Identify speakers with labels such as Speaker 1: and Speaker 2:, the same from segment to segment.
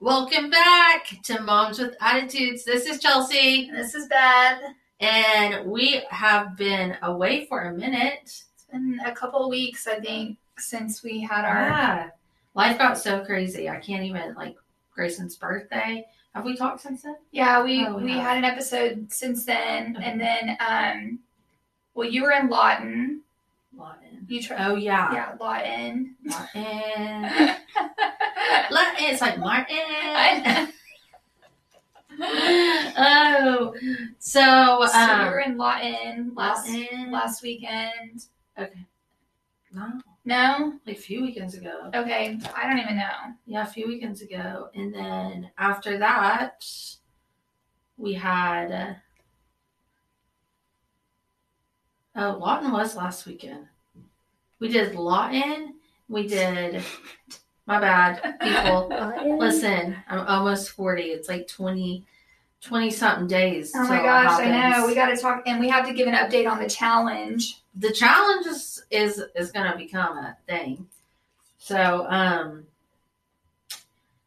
Speaker 1: Welcome back to Moms with Attitudes. This is Chelsea,
Speaker 2: This is Beth.
Speaker 1: and we have been away for a minute.
Speaker 2: It's been a couple weeks, I think, since we had our.
Speaker 1: Yeah. Life got so crazy. I can't even, like, Grayson's birthday. Have we talked since then?
Speaker 2: Yeah, we
Speaker 1: Oh,
Speaker 2: we
Speaker 1: yeah.
Speaker 2: had an episode since then,
Speaker 1: Okay.
Speaker 2: and then um, well, you were in Lawton.
Speaker 1: Lawton.
Speaker 2: You tried.
Speaker 1: Oh, yeah.
Speaker 2: Yeah, Lawton.
Speaker 1: Lawton.
Speaker 2: I
Speaker 1: Lawton. It's like Martin.
Speaker 2: know.
Speaker 1: oh. So, um,
Speaker 2: so we were in Lawton last
Speaker 1: Lawton.
Speaker 2: last weekend.
Speaker 1: Okay. No,
Speaker 2: No,
Speaker 1: like a few weekends ago.
Speaker 2: okay, I don't even know.
Speaker 1: Yeah, a few weekends ago. And then after that, we had. Oh, Lawton was last weekend. We did Lawton. We did. My bad, people.
Speaker 2: Oh
Speaker 1: Listen, I'm almost 40. It's like 20, 20 something days.
Speaker 2: Oh my
Speaker 1: till it
Speaker 2: gosh, I
Speaker 1: happens.
Speaker 2: know. We got to talk, and we have to give an update on the challenge.
Speaker 1: the challenge is is, is going to become a thing. So, um,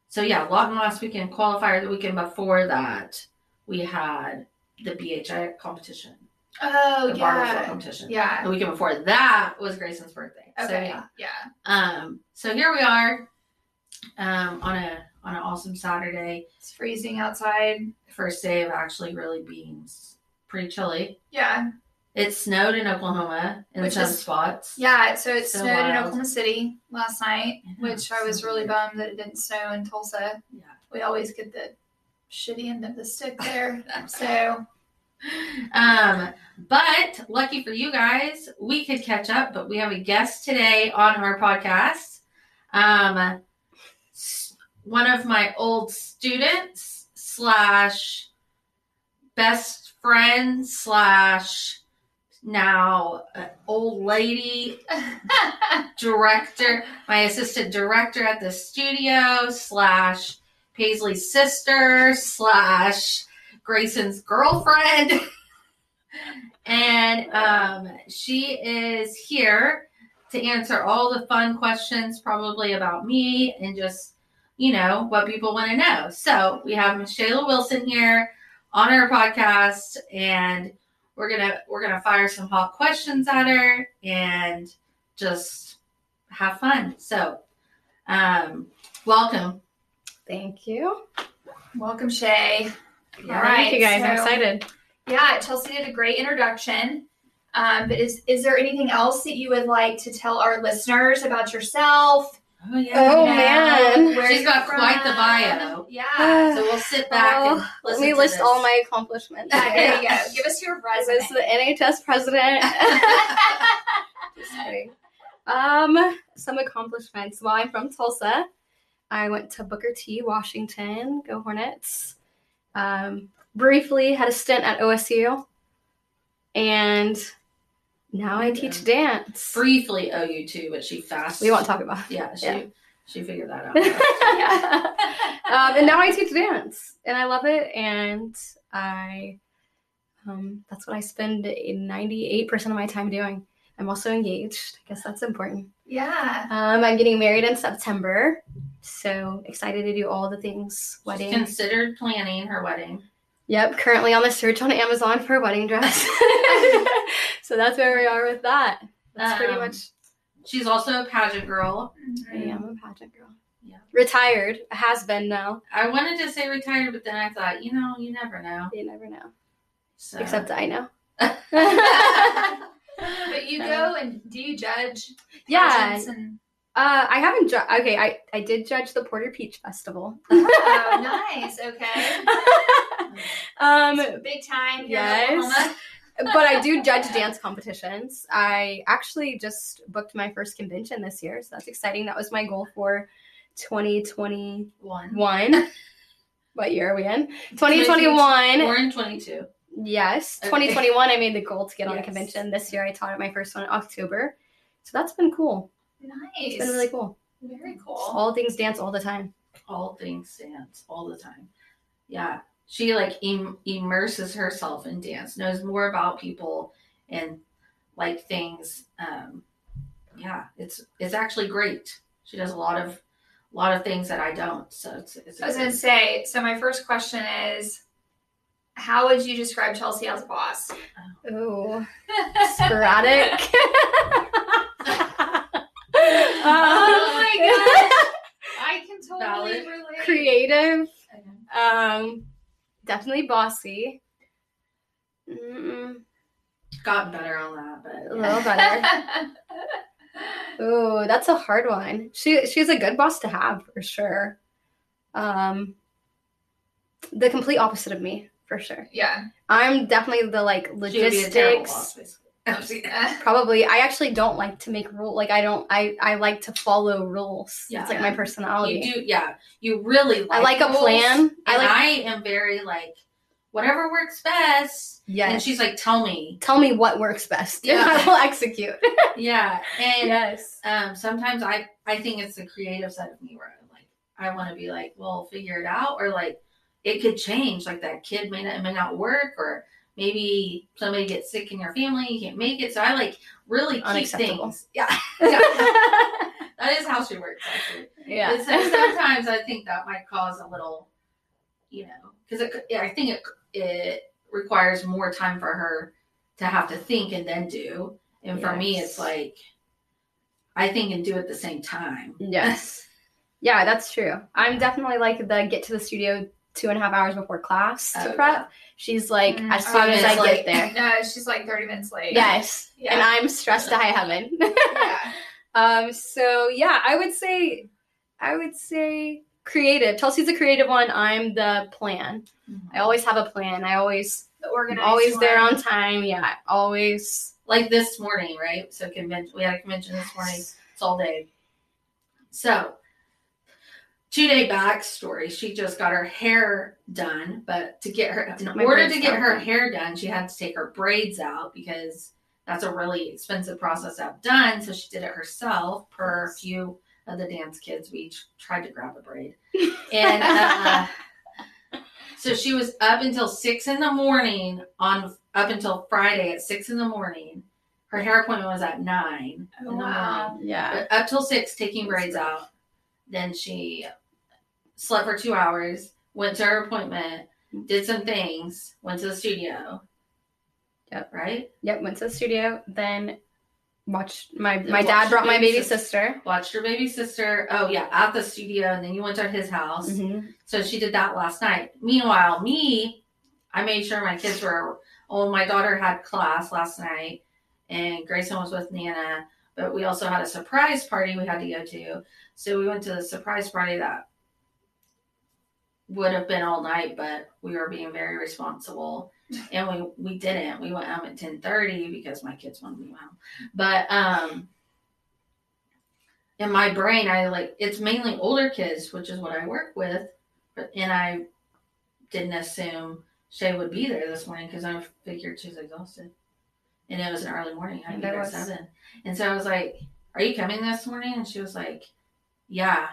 Speaker 1: so yeah, Lawton last weekend qualifier. The weekend before that, we had the BHI competition,
Speaker 2: Oh
Speaker 1: the barbell
Speaker 2: yeah,
Speaker 1: competition.
Speaker 2: yeah.
Speaker 1: The weekend before that was Grayson's birthday. So
Speaker 2: Okay,
Speaker 1: yeah.
Speaker 2: yeah.
Speaker 1: Um, so here we are, um, on a on an awesome Saturday.
Speaker 2: It's freezing outside.
Speaker 1: First day of actually really being s- pretty chilly.
Speaker 2: Yeah.
Speaker 1: It snowed in Oklahoma in
Speaker 2: Which
Speaker 1: some
Speaker 2: is-
Speaker 1: spots.
Speaker 2: Yeah. So it
Speaker 1: So
Speaker 2: snowed in
Speaker 1: wild.
Speaker 2: Oklahoma City last night,
Speaker 1: Yeah,
Speaker 2: which I was
Speaker 1: so
Speaker 2: really
Speaker 1: weird.
Speaker 2: bummed that it didn't snow in Tulsa.
Speaker 1: Yeah.
Speaker 2: We always get the shitty end of the stick there. so
Speaker 1: Um, but lucky for you guys, we could catch up, but we have a guest today on our podcast. Um, s- one of my old students slash best friend slash now uh, old lady director, my assistant director at the studio slash Paisley's sister slash Grayson's girlfriend and um, she is here to answer all the fun questions, probably about me and just you know what people want to know. So we have Michaela Wilson here on our podcast, and we're gonna we're gonna fire some hot questions at her and just have fun. So, um, welcome.
Speaker 3: Thank you.
Speaker 2: welcome, Shay. All
Speaker 3: Thank you
Speaker 2: right,
Speaker 3: guys. I'm
Speaker 2: so-
Speaker 3: excited.
Speaker 2: Yeah, Chelsea did a great introduction. Um, but is is there anything else that you would like to tell our listeners about yourself?
Speaker 1: Oh yeah.
Speaker 3: Oh,
Speaker 2: You know,
Speaker 3: man.
Speaker 2: where
Speaker 1: She's
Speaker 2: you're
Speaker 1: got quite the
Speaker 2: from?
Speaker 1: bio.
Speaker 2: Yeah.
Speaker 1: uh, So we'll sit back and
Speaker 3: Well,
Speaker 1: listen
Speaker 3: Let me
Speaker 1: to
Speaker 3: list
Speaker 1: this.
Speaker 3: all my accomplishments.
Speaker 2: Yeah, there you
Speaker 3: I
Speaker 2: go. Give us your
Speaker 3: was
Speaker 2: resume.
Speaker 3: the NHS president. Just kidding. Um, some accomplishments. Well, I'm from Tulsa. I went to Booker T, Washington. Go Hornets. Um, briefly had a stint at OSU, and now I teach dance.
Speaker 1: briefly owe you two, but she fast.
Speaker 3: We won't talk about.
Speaker 1: Yeah, she
Speaker 3: Yeah.
Speaker 1: she figured that out.
Speaker 3: It. um, and now I teach dance, and I love it. And I, um, that's what I spend ninety-eight percent of my time doing. I'm also engaged. I guess that's important.
Speaker 2: yeah.
Speaker 3: Um, I'm getting married in September, so excited to do all the things
Speaker 1: She
Speaker 3: wedding.
Speaker 1: considered planning her wedding.
Speaker 3: Yep, currently on the search on Amazon for a wedding dress. so that's where we are with that. That's pretty
Speaker 1: Um,
Speaker 3: much.
Speaker 1: She's also a pageant girl.
Speaker 3: I am a pageant girl.
Speaker 1: Yeah.
Speaker 3: Retired, has been now.
Speaker 1: I wanted to say retired, but then I thought, you know, you never know.
Speaker 3: You never know.
Speaker 1: So.
Speaker 3: Except I know.
Speaker 2: But you go and do you judge?
Speaker 3: yeah,
Speaker 2: pageants And,
Speaker 3: Uh, I haven't. Ju- okay, I I did judge the Porter Peach Festival.
Speaker 2: oh, nice. Okay.
Speaker 3: um,
Speaker 2: Big time. Here
Speaker 3: Yes.
Speaker 2: In Oklahoma.
Speaker 3: but I do judge dance competitions. I actually just booked my first convention this year, so that's exciting. That was my goal for 2021.
Speaker 1: one.
Speaker 3: What year are we in? 2021.
Speaker 1: We're in twenty two.
Speaker 3: Yes,
Speaker 1: Okay.
Speaker 3: 2021. I made the goal to get on a
Speaker 1: Yes.
Speaker 3: convention. This year, I taught at my first one in October, so that's been cool.
Speaker 2: Nice.
Speaker 3: It's been really cool.
Speaker 2: Very
Speaker 3: Just
Speaker 2: cool.
Speaker 3: All things dance all the time.
Speaker 1: All things dance all the time. Yeah, she like em- immerses herself in dance, knows more about people and like things. Um, yeah, it's it's actually great. She does a lot of a lot of things that I don't. So it's, it's
Speaker 2: I was gonna say, so my first question is, how would you describe Chelsea as a boss?
Speaker 3: Ooh, sporadic. Um,
Speaker 2: oh my gosh. I can totally
Speaker 1: Valid.
Speaker 2: relate.
Speaker 3: creative.
Speaker 2: Okay.
Speaker 3: Um, definitely bossy. Mm,
Speaker 1: gotten better on that, but
Speaker 3: a little better. Ooh, that's a hard one. She she's a good boss to have for sure. Um, the complete opposite of me for sure.
Speaker 2: yeah.
Speaker 3: I'm definitely the like
Speaker 1: she would be a terrible
Speaker 3: logistics.
Speaker 1: boss, basically. I'm just kidding.
Speaker 3: Probably, I actually don't like to make rule. Like I don't. I I like to follow rules.
Speaker 1: Yeah.
Speaker 3: it's like my personality.
Speaker 1: You do, yeah. You really like
Speaker 3: I like a
Speaker 1: rules,
Speaker 3: plan.
Speaker 1: And
Speaker 3: I like.
Speaker 1: I am very like whatever works best. And
Speaker 3: yes.
Speaker 1: she's like, tell me.
Speaker 3: Tell me what works best.
Speaker 1: Yeah.
Speaker 3: I will execute.
Speaker 1: Yeah. And
Speaker 3: yes.
Speaker 1: um, sometimes I I think it's the creative side of me where I'm like I want to be like, well, figure it out, or like it could change. Like that kid may not it may not work, or maybe somebody gets sick in your family, you can't make it. So I like really keep
Speaker 3: Unacceptable.
Speaker 1: things. Yeah,
Speaker 3: yeah.
Speaker 1: that is how she works. Actually, But so- sometimes I think that might cause a little, you know, because it, yeah, I think it it requires more time for her to have to think and then do. And for me,
Speaker 3: Yes.
Speaker 1: it's like I think and do at the same time.
Speaker 3: Yes. Yeah, that's true. I'm definitely like the get to the studio two and a half hours before class to
Speaker 1: Oh,
Speaker 3: prep. She's like,
Speaker 2: Mm,
Speaker 3: as soon as I
Speaker 1: obviously.
Speaker 3: get there.
Speaker 2: No, she's like 30 minutes late.
Speaker 3: Yes.
Speaker 2: Yeah.
Speaker 3: And I'm stressed to high heaven.
Speaker 2: yeah.
Speaker 3: um, so yeah, I would say I would say creative. Chelsea's a creative one. I'm the plan.
Speaker 1: Mm-hmm.
Speaker 3: I always have a plan. I always
Speaker 2: The
Speaker 3: I'm
Speaker 2: organized
Speaker 3: always there
Speaker 2: one.
Speaker 3: on time. Yeah. Always
Speaker 1: Like this morning, right? So convention we had a convention this morning. It's all day. So, two day backstory. She just got her hair done, but to get her, in
Speaker 3: Took my
Speaker 1: order
Speaker 3: braids
Speaker 1: to get
Speaker 3: out.
Speaker 1: her hair done, she had to take her braids out because that's a really expensive process to have done. So she did it herself. Per a few of the dance kids, we each tried to grab a braid, and uh, so she was up until six in the morning on up until Friday at six in the morning. Her hair appointment was at nine.
Speaker 2: Oh, wow.
Speaker 3: Yeah.
Speaker 1: But up till six taking braids out. Then she slept for two hours, went to her appointment, did some things, went to the studio.
Speaker 3: Yep.
Speaker 1: Right?
Speaker 3: Yep, went to the studio, then watched my
Speaker 1: Then
Speaker 3: my dad
Speaker 1: watched
Speaker 3: brought my
Speaker 1: baby
Speaker 3: baby
Speaker 1: sister.
Speaker 3: sister.
Speaker 1: Watched her baby sister. Oh yeah, at the studio, and then you went to his house.
Speaker 3: Mhm.
Speaker 1: So she did that last night. Meanwhile, me, I made sure my kids were. Oh, my daughter had class last night, and Grayson was with Nana. But we also had a surprise party we had to go to. So we went to the surprise party that would have been all night, but we were being very responsible, and we we didn't. We went home at ten thirty because my kids wanted me home. But um, in my brain, I like it's mainly older kids, which is what I work with but- and I didn't assume Shay would be there this morning because I figured she was exhausted. And it was an early morning. I think
Speaker 3: And
Speaker 1: there
Speaker 3: there
Speaker 1: at
Speaker 3: was.
Speaker 1: seven. And so I was like, Are you coming this morning? And she was like, Yeah,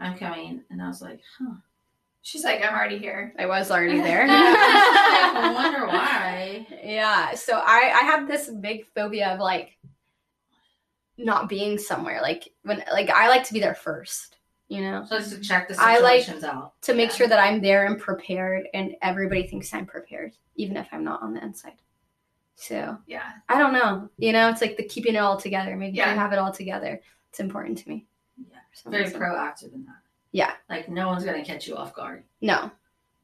Speaker 1: I'm coming. And I was like, Huh.
Speaker 2: She's like, I'm already here.
Speaker 3: I was already there.
Speaker 1: And I was like, I wonder why.
Speaker 3: yeah. So I I have this big phobia of like not being somewhere. Like when like I like to be there first, you know,
Speaker 1: So just to check the
Speaker 3: I like-
Speaker 1: situations out.
Speaker 3: to make
Speaker 2: Yeah.
Speaker 3: sure that I'm there and prepared and everybody thinks I'm prepared, even if I'm not on the inside. So
Speaker 2: Yeah.
Speaker 3: I don't know. You know, it's like the keeping it all together, making sure
Speaker 2: Yeah.
Speaker 3: I have it all together. It's important to me.
Speaker 1: Yeah.
Speaker 3: for some
Speaker 1: Very
Speaker 3: reason.
Speaker 1: proactive in that.
Speaker 3: Yeah.
Speaker 1: Like no one's gonna catch you off guard.
Speaker 3: No.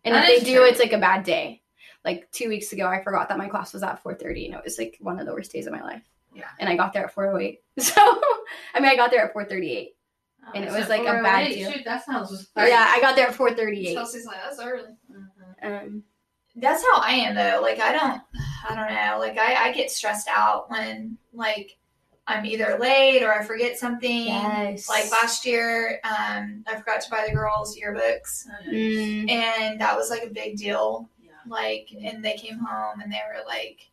Speaker 3: And
Speaker 1: That is
Speaker 3: if they do,
Speaker 1: true.
Speaker 3: it's like a bad day. Like two weeks ago, I forgot that my class was at 4:30, and it was like one of the worst days of my life.
Speaker 1: Yeah.
Speaker 3: And I got there at 4:08. So, I mean, I got there at 4:38. And it
Speaker 1: Oh,
Speaker 3: was
Speaker 1: so
Speaker 3: like a
Speaker 1: four oh
Speaker 3: bad
Speaker 1: eight.
Speaker 3: deal. Oh,
Speaker 1: Shoot, that sounds
Speaker 3: Yeah, I got there at 4:38.
Speaker 2: Chelsea's like, that's early.
Speaker 1: Mhm.
Speaker 3: Um,
Speaker 2: That's how I am though. Like I don't I don't know. Like I, I get stressed out when like I'm either late or I forget something.
Speaker 3: yes.
Speaker 2: Like last year, um, I forgot to buy the girls yearbooks
Speaker 3: Mm,
Speaker 2: and that was like a big deal.
Speaker 1: Yeah.
Speaker 2: Like and they came home and they were like,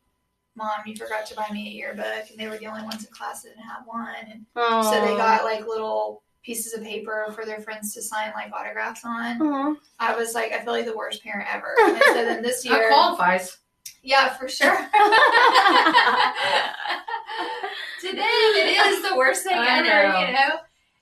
Speaker 2: Mom, you forgot to buy me a yearbook and they were the only ones in class that didn't have one and so they
Speaker 3: aw.
Speaker 2: got like little pieces of paper for their friends to sign like autographs on.
Speaker 3: Aw.
Speaker 2: I was like, I feel like the worst parent ever. And so then this
Speaker 1: That
Speaker 2: year
Speaker 1: qualifies.
Speaker 2: Yeah, for sure. to them, it is the worst thing
Speaker 1: I
Speaker 2: ever,
Speaker 1: know.
Speaker 2: you know?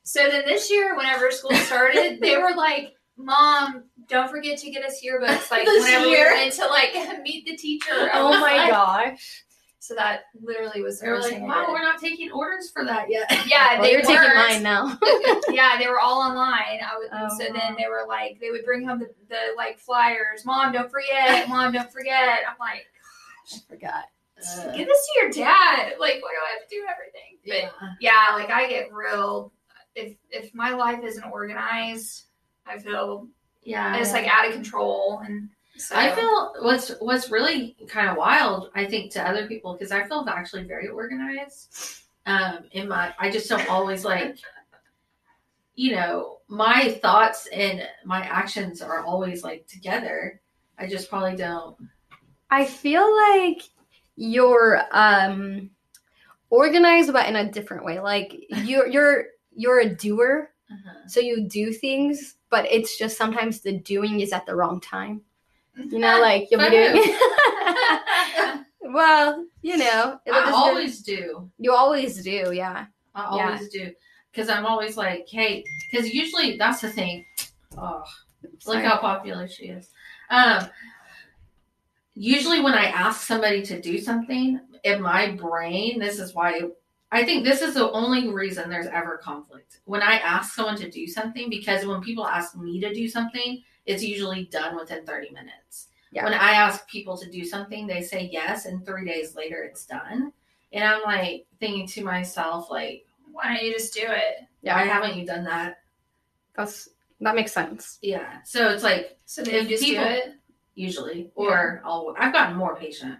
Speaker 2: So then this year, whenever school started, they were like, "Mom, don't forget to get us yearbooks." Like
Speaker 1: This
Speaker 2: whenever we
Speaker 1: year?
Speaker 2: went to like meet the teacher. I
Speaker 3: Oh
Speaker 2: was
Speaker 3: my
Speaker 2: like-
Speaker 3: gosh.
Speaker 2: So that literally was the
Speaker 1: They're
Speaker 2: first
Speaker 1: like,
Speaker 2: thing. I
Speaker 1: wow,
Speaker 2: did.
Speaker 1: we're not taking orders for that yet.
Speaker 2: Yeah,
Speaker 3: Well,
Speaker 2: they
Speaker 3: you're taking
Speaker 2: weren't.
Speaker 3: mine now.
Speaker 2: yeah, they were all online. I was,
Speaker 3: Oh,
Speaker 2: so
Speaker 3: wow.
Speaker 2: then they were like, they would bring home the, the like flyers. Mom, don't forget. Mom, don't forget. I'm like,
Speaker 3: I forgot.
Speaker 1: Uh,
Speaker 2: give this to your dad. Like, what do I have to do everything? But
Speaker 1: yeah.
Speaker 2: yeah, like I get real. If if my life isn't organized, I feel
Speaker 1: Yeah.
Speaker 2: it's like out of control. And so
Speaker 1: I feel what's what's really kind of wild, I think, to other people because I feel actually very organized. Um, in my, I just don't always like, you know, my thoughts and my actions are always like together. I just probably don't.
Speaker 3: I feel like you're um organized but in a different way. Like you're you're you're a doer,
Speaker 1: Uh-huh.
Speaker 3: so you do things, but it's just sometimes the doing is at the wrong time. You know, like you'll be
Speaker 1: By
Speaker 3: doing Well, you know, it'll
Speaker 1: I
Speaker 3: just be-
Speaker 1: always do.
Speaker 3: you always do, yeah.
Speaker 1: I
Speaker 3: Yeah.
Speaker 1: always do because I'm always like, hey, because usually that's the thing. Oh, Look
Speaker 3: Sorry.
Speaker 1: how popular she is. Um, usually, when I ask somebody to do something in my brain, this is why I think this is the only reason there's ever conflict. When I ask someone to do something, because when people ask me to do something, it's usually done within 30 minutes.
Speaker 3: Yeah.
Speaker 1: When I ask people to do something, they say yes, and three days later it's done. And I'm like thinking to myself, like,
Speaker 2: Why don't you just do it?
Speaker 1: why haven't you done that?
Speaker 3: That's that makes sense.
Speaker 1: Yeah. So it's like
Speaker 2: So then
Speaker 1: If
Speaker 2: you just
Speaker 1: people-
Speaker 2: do it.
Speaker 1: usually, or I'll, I've gotten more patient.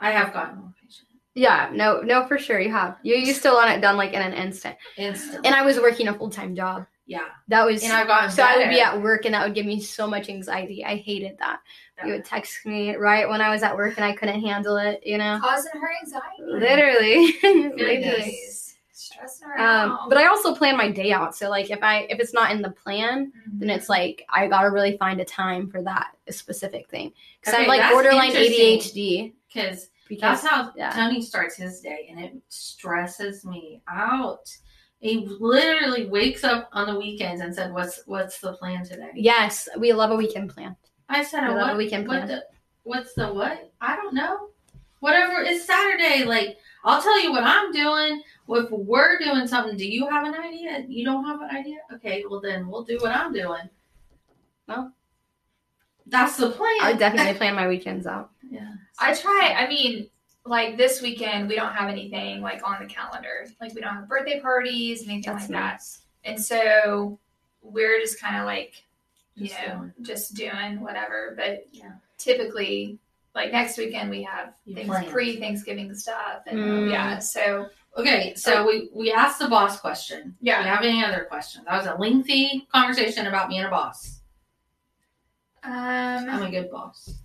Speaker 1: I have gotten more patient
Speaker 3: Yeah, no, no, for sure you have. You you still want it done like in an instant.
Speaker 1: instantly.
Speaker 3: And I was working a full time job.
Speaker 1: yeah,
Speaker 3: That was
Speaker 1: and I've gotten
Speaker 3: So I would be
Speaker 1: better.
Speaker 3: at work and that would give me so much anxiety. I hated that. You
Speaker 1: Yeah.
Speaker 3: would text me right when I was at work and I couldn't handle it, you know?
Speaker 2: Causing her anxiety.
Speaker 3: Literally. Literally.
Speaker 2: Goodness. Stressing her
Speaker 3: Um,
Speaker 2: out.
Speaker 3: but I also plan my day out. So like if I if it's not in the plan,
Speaker 2: Mm-hmm.
Speaker 3: then it's like I gotta really find a time for that specific thing. Because
Speaker 1: Okay,
Speaker 3: I'm like
Speaker 1: that's
Speaker 3: borderline
Speaker 1: interesting.
Speaker 3: ADHD.
Speaker 1: because
Speaker 3: Because
Speaker 1: that's how
Speaker 3: yeah.
Speaker 1: Tony starts his day, and it stresses me out. He literally wakes up on the weekends and said, "What's what's the plan today?"
Speaker 3: yes, we love a weekend plan.
Speaker 1: I said,
Speaker 3: We
Speaker 1: "Oh,
Speaker 3: love
Speaker 1: what
Speaker 3: a weekend
Speaker 1: what
Speaker 3: plan.
Speaker 1: the what's the what? I don't know. Whatever. It's Saturday. Like I'll tell you what I'm doing. If we're doing something, do you have an idea? You don't have an idea? Okay. Well, then we'll do what I'm doing.
Speaker 3: Well.
Speaker 1: that's the plan.
Speaker 3: I would definitely plan my weekends out.
Speaker 1: yeah.
Speaker 2: I try. I mean, like this weekend, we don't have anything like on the calendar. Like we don't have birthday parties, anything
Speaker 3: That's
Speaker 2: like
Speaker 3: nice.
Speaker 2: that. And so we're just kind of like, you
Speaker 1: Just
Speaker 2: know,
Speaker 1: doing.
Speaker 2: just doing whatever. But
Speaker 1: Yeah.
Speaker 2: typically, like next weekend, we have
Speaker 1: You
Speaker 2: things
Speaker 1: plan.
Speaker 2: pre-Thanksgiving stuff, and
Speaker 3: Mm.
Speaker 2: yeah. So
Speaker 1: Okay. So we we asked the boss question. Do you
Speaker 2: yeah.
Speaker 1: have any other questions? That was a lengthy conversation about me and a boss. I'm
Speaker 2: Um,
Speaker 1: a good boss.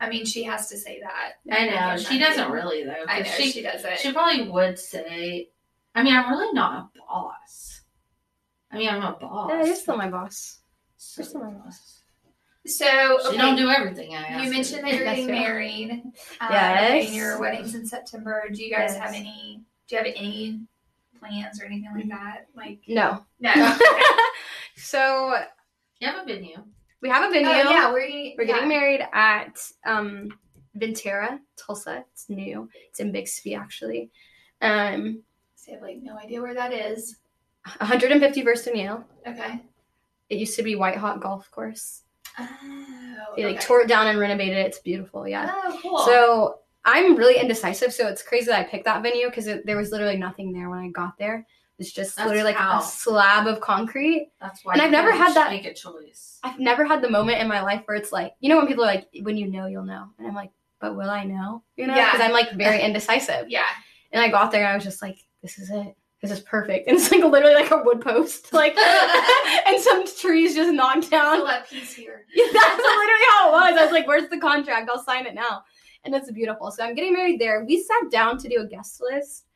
Speaker 2: I mean, she has to say that.
Speaker 1: I know she doesn't really though. 'cause
Speaker 2: I know
Speaker 1: she
Speaker 2: she, does it.
Speaker 1: She probably would say, I mean, I'm really not a boss. I mean, I'm a boss.
Speaker 3: Yeah, you're still my boss.
Speaker 1: So-
Speaker 3: you're still my boss.
Speaker 2: so
Speaker 1: She
Speaker 2: okay,
Speaker 1: don't do everything I ask
Speaker 2: You mentioned
Speaker 1: her.
Speaker 2: that you're
Speaker 3: That's
Speaker 2: getting
Speaker 3: fair.
Speaker 2: married. Um,
Speaker 3: Yes.
Speaker 2: And your wedding's in September. Do you guys
Speaker 3: Yes.
Speaker 2: have any? Do you have any plans or anything like that? Like
Speaker 3: No.
Speaker 2: no. Okay.
Speaker 3: so
Speaker 1: You haven't been you.
Speaker 3: we have a venue.
Speaker 2: Oh, yeah, we're getting,
Speaker 3: We're getting
Speaker 2: yeah.
Speaker 3: married at um Ventura, Tulsa. It's new. It's in Bixby actually. Um
Speaker 2: So I have like no idea where that is.
Speaker 3: 151st and Yale.
Speaker 2: Okay.
Speaker 3: It used to be White Hot Golf Course.
Speaker 2: Oh.
Speaker 3: They like
Speaker 2: okay.
Speaker 3: tore it down and renovated it. It's beautiful. Yeah.
Speaker 2: Oh, cool.
Speaker 3: So I'm really indecisive. So it's crazy that I picked that venue because there was literally nothing there when I got there. It's just
Speaker 1: That's
Speaker 3: literally like
Speaker 1: how.
Speaker 3: a slab of concrete.
Speaker 1: That's why.
Speaker 3: And I've
Speaker 1: you
Speaker 3: never
Speaker 1: really
Speaker 3: had
Speaker 1: should
Speaker 3: that-
Speaker 1: Make a choice.
Speaker 3: I've never had the moment in my life where it's like, you know, when people are like, when you know, you'll know. And I'm like, but will I know? You know,
Speaker 2: Yeah.
Speaker 3: because I'm like very indecisive.
Speaker 2: yeah.
Speaker 3: And I got there and I was just like, this is it. This is perfect. And it's like literally like a wood post, like, and some trees just knocked down.
Speaker 2: Still at peace here.
Speaker 3: Yeah, That's literally how it was. I was like, where's the contract? I'll sign it now. And it's beautiful. So I'm getting married there. We sat down to do a guest list,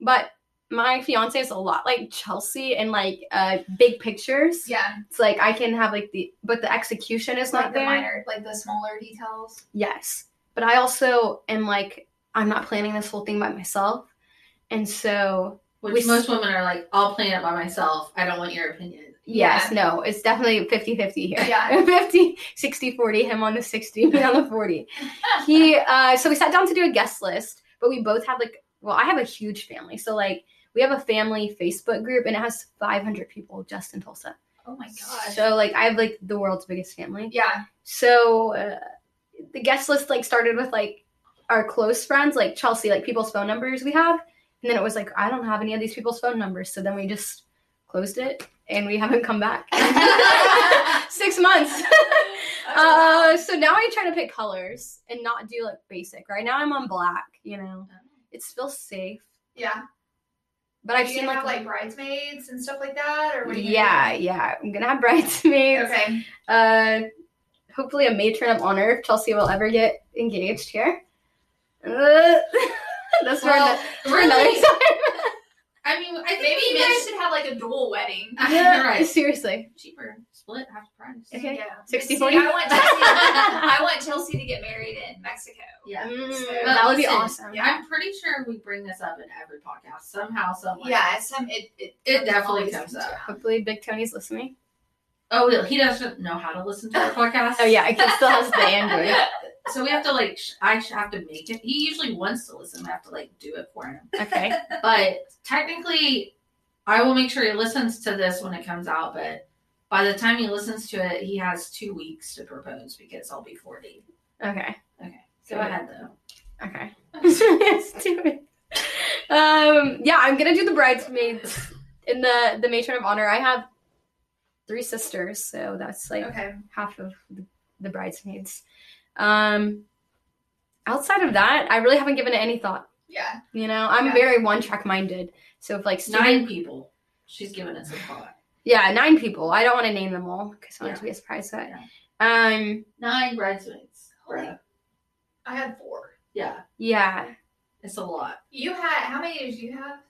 Speaker 3: but my fiance is a lot like Chelsea and like uh, big pictures.
Speaker 2: Yeah.
Speaker 3: It's like I can have like the, but the execution is
Speaker 2: like
Speaker 3: not
Speaker 2: the
Speaker 3: there.
Speaker 2: minor, like the smaller details.
Speaker 3: Yes. But I also am like, I'm not planning this whole thing by myself. And so
Speaker 1: Which
Speaker 3: We s-
Speaker 1: most women are like, I'll plan it by myself. I don't want your opinion.
Speaker 3: Yes, no, it's definitely 50 50 here.
Speaker 2: Yeah.
Speaker 3: 50, 60, 40, him on the 60, me on the 40. He, uh, so we sat down to do a guest list, but we both had like, well, I have a huge family. So, like, we have a family Facebook group and it has 500 people just in Tulsa.
Speaker 2: Oh my gosh.
Speaker 3: So, like, I have like the world's biggest family.
Speaker 2: Yeah.
Speaker 3: So, uh, the guest list like started with like our close friends, like Chelsea, like people's phone numbers we have. And then it was like, I don't have any of these people's phone numbers. So then we just closed it and we haven't come back. Six months. Uh, so now I try to pick colors and not do like basic. Right now I'm on black, you know.
Speaker 2: Oh.
Speaker 3: It's still safe,
Speaker 2: yeah.
Speaker 3: but I've
Speaker 2: you
Speaker 3: seen
Speaker 2: gonna
Speaker 3: like,
Speaker 2: have like bridesmaids and stuff like that, or what are you gonna
Speaker 3: yeah, yeah. I'm gonna have bridesmaids.
Speaker 2: do? Okay.
Speaker 3: Uh, hopefully a matron of honor if Chelsea will ever get engaged here. Uh, that's for
Speaker 1: Well,
Speaker 3: ano- for another
Speaker 1: really,
Speaker 3: time.
Speaker 1: I mean, I think
Speaker 2: Maybe you
Speaker 1: we
Speaker 2: guys
Speaker 1: missed.
Speaker 2: should have like a dual wedding.
Speaker 1: Yeah. right.
Speaker 3: seriously.
Speaker 1: Cheaper. Split half the price.
Speaker 3: Okay.
Speaker 2: Yeah.
Speaker 3: 60-40?
Speaker 2: See, I want Chelsea. I want Chelsea to get married in Mexico.
Speaker 1: Yeah.
Speaker 3: Mm,
Speaker 2: So-
Speaker 3: that would be
Speaker 1: Listen,
Speaker 3: awesome.
Speaker 2: yeah.
Speaker 1: I'm pretty sure we bring this up in every podcast somehow, somewhere.
Speaker 2: Yeah. Some it it,
Speaker 1: It definitely
Speaker 2: always
Speaker 1: comes up.
Speaker 2: around.
Speaker 3: Hopefully Big Tony's listening.
Speaker 1: Oh, he doesn't know how to listen to our podcast.
Speaker 3: Oh yeah, it still has the Android.
Speaker 1: So we have to like, sh- I sh- have to make it. He usually wants to listen. I have to like do it for him.
Speaker 3: Okay.
Speaker 1: But technically, I will make sure he listens to this when it comes out. But by the time he listens to it, he has two weeks to propose because I'll be 40.
Speaker 3: Okay.
Speaker 1: Okay. Go ahead, though.
Speaker 3: Okay. Let's do it. Um, yeah, I'm gonna do the bridesmaids in the the matron of honor. I have three sisters, so that's like
Speaker 2: Okay.
Speaker 3: half of the, the bridesmaids. Um, outside of that, I really haven't given it any thought.
Speaker 2: Yeah.
Speaker 3: You know, I'm
Speaker 2: Yeah.
Speaker 3: very one track minded. So if like student,
Speaker 1: Nine people. She's giving us a thought.
Speaker 3: yeah, nine people. I don't want to name them all because I want it to be a surprise. But
Speaker 1: Yeah.
Speaker 3: um,
Speaker 1: Nine bridesmaids. Bruh.
Speaker 2: I had four.
Speaker 1: Yeah.
Speaker 3: yeah,
Speaker 1: It's a lot.
Speaker 2: You had how many did you have?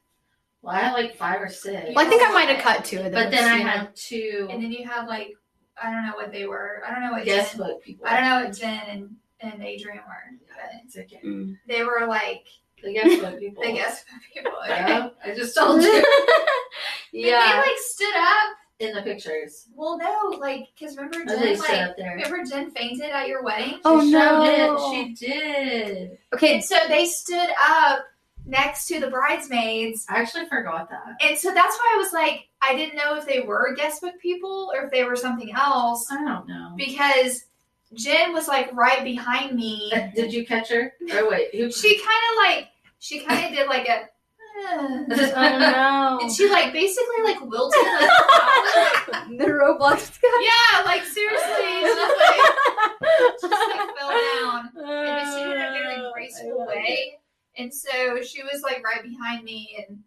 Speaker 1: Well, I had like five or six.
Speaker 3: well, I think I might have cut two of those.
Speaker 1: But then I
Speaker 3: you know.
Speaker 1: had two
Speaker 2: And then you had like I don't know what they were. I don't know what
Speaker 1: guest
Speaker 2: Jen,
Speaker 1: book people.
Speaker 2: I don't know what Jen and, and Adrian were. But
Speaker 1: It's okay.
Speaker 3: Mm.
Speaker 2: they were like
Speaker 1: The guest book people.
Speaker 2: the guest people.
Speaker 1: Yeah, I just told you
Speaker 2: And they
Speaker 3: yeah,
Speaker 2: like stood up.
Speaker 1: in the pictures.
Speaker 2: Well, no, like because remember
Speaker 1: Oh, they
Speaker 2: Jen
Speaker 1: stood
Speaker 2: like
Speaker 1: up there.
Speaker 2: remember Jen fainted at your wedding.
Speaker 3: Oh,
Speaker 1: she
Speaker 3: no.
Speaker 1: Did. She did.
Speaker 3: okay,
Speaker 2: And so they stood up next to the bridesmaids.
Speaker 1: I actually forgot that.
Speaker 2: And so that's why I was like, I didn't know if they were guest book people or if they were something else
Speaker 1: I don't know.
Speaker 2: because Jen was like right behind me.
Speaker 1: Did you catch her? Oh wait, who?
Speaker 2: She kind of like, she kind of did like a, "Ugh."
Speaker 3: oh no.
Speaker 2: and she like basically like wilted like flowers.
Speaker 3: the Roblox guy.
Speaker 2: Yeah, like seriously, she like, just like fell down. And just did it in a
Speaker 3: Oh,
Speaker 2: very graceful way. And so she was like right behind me. And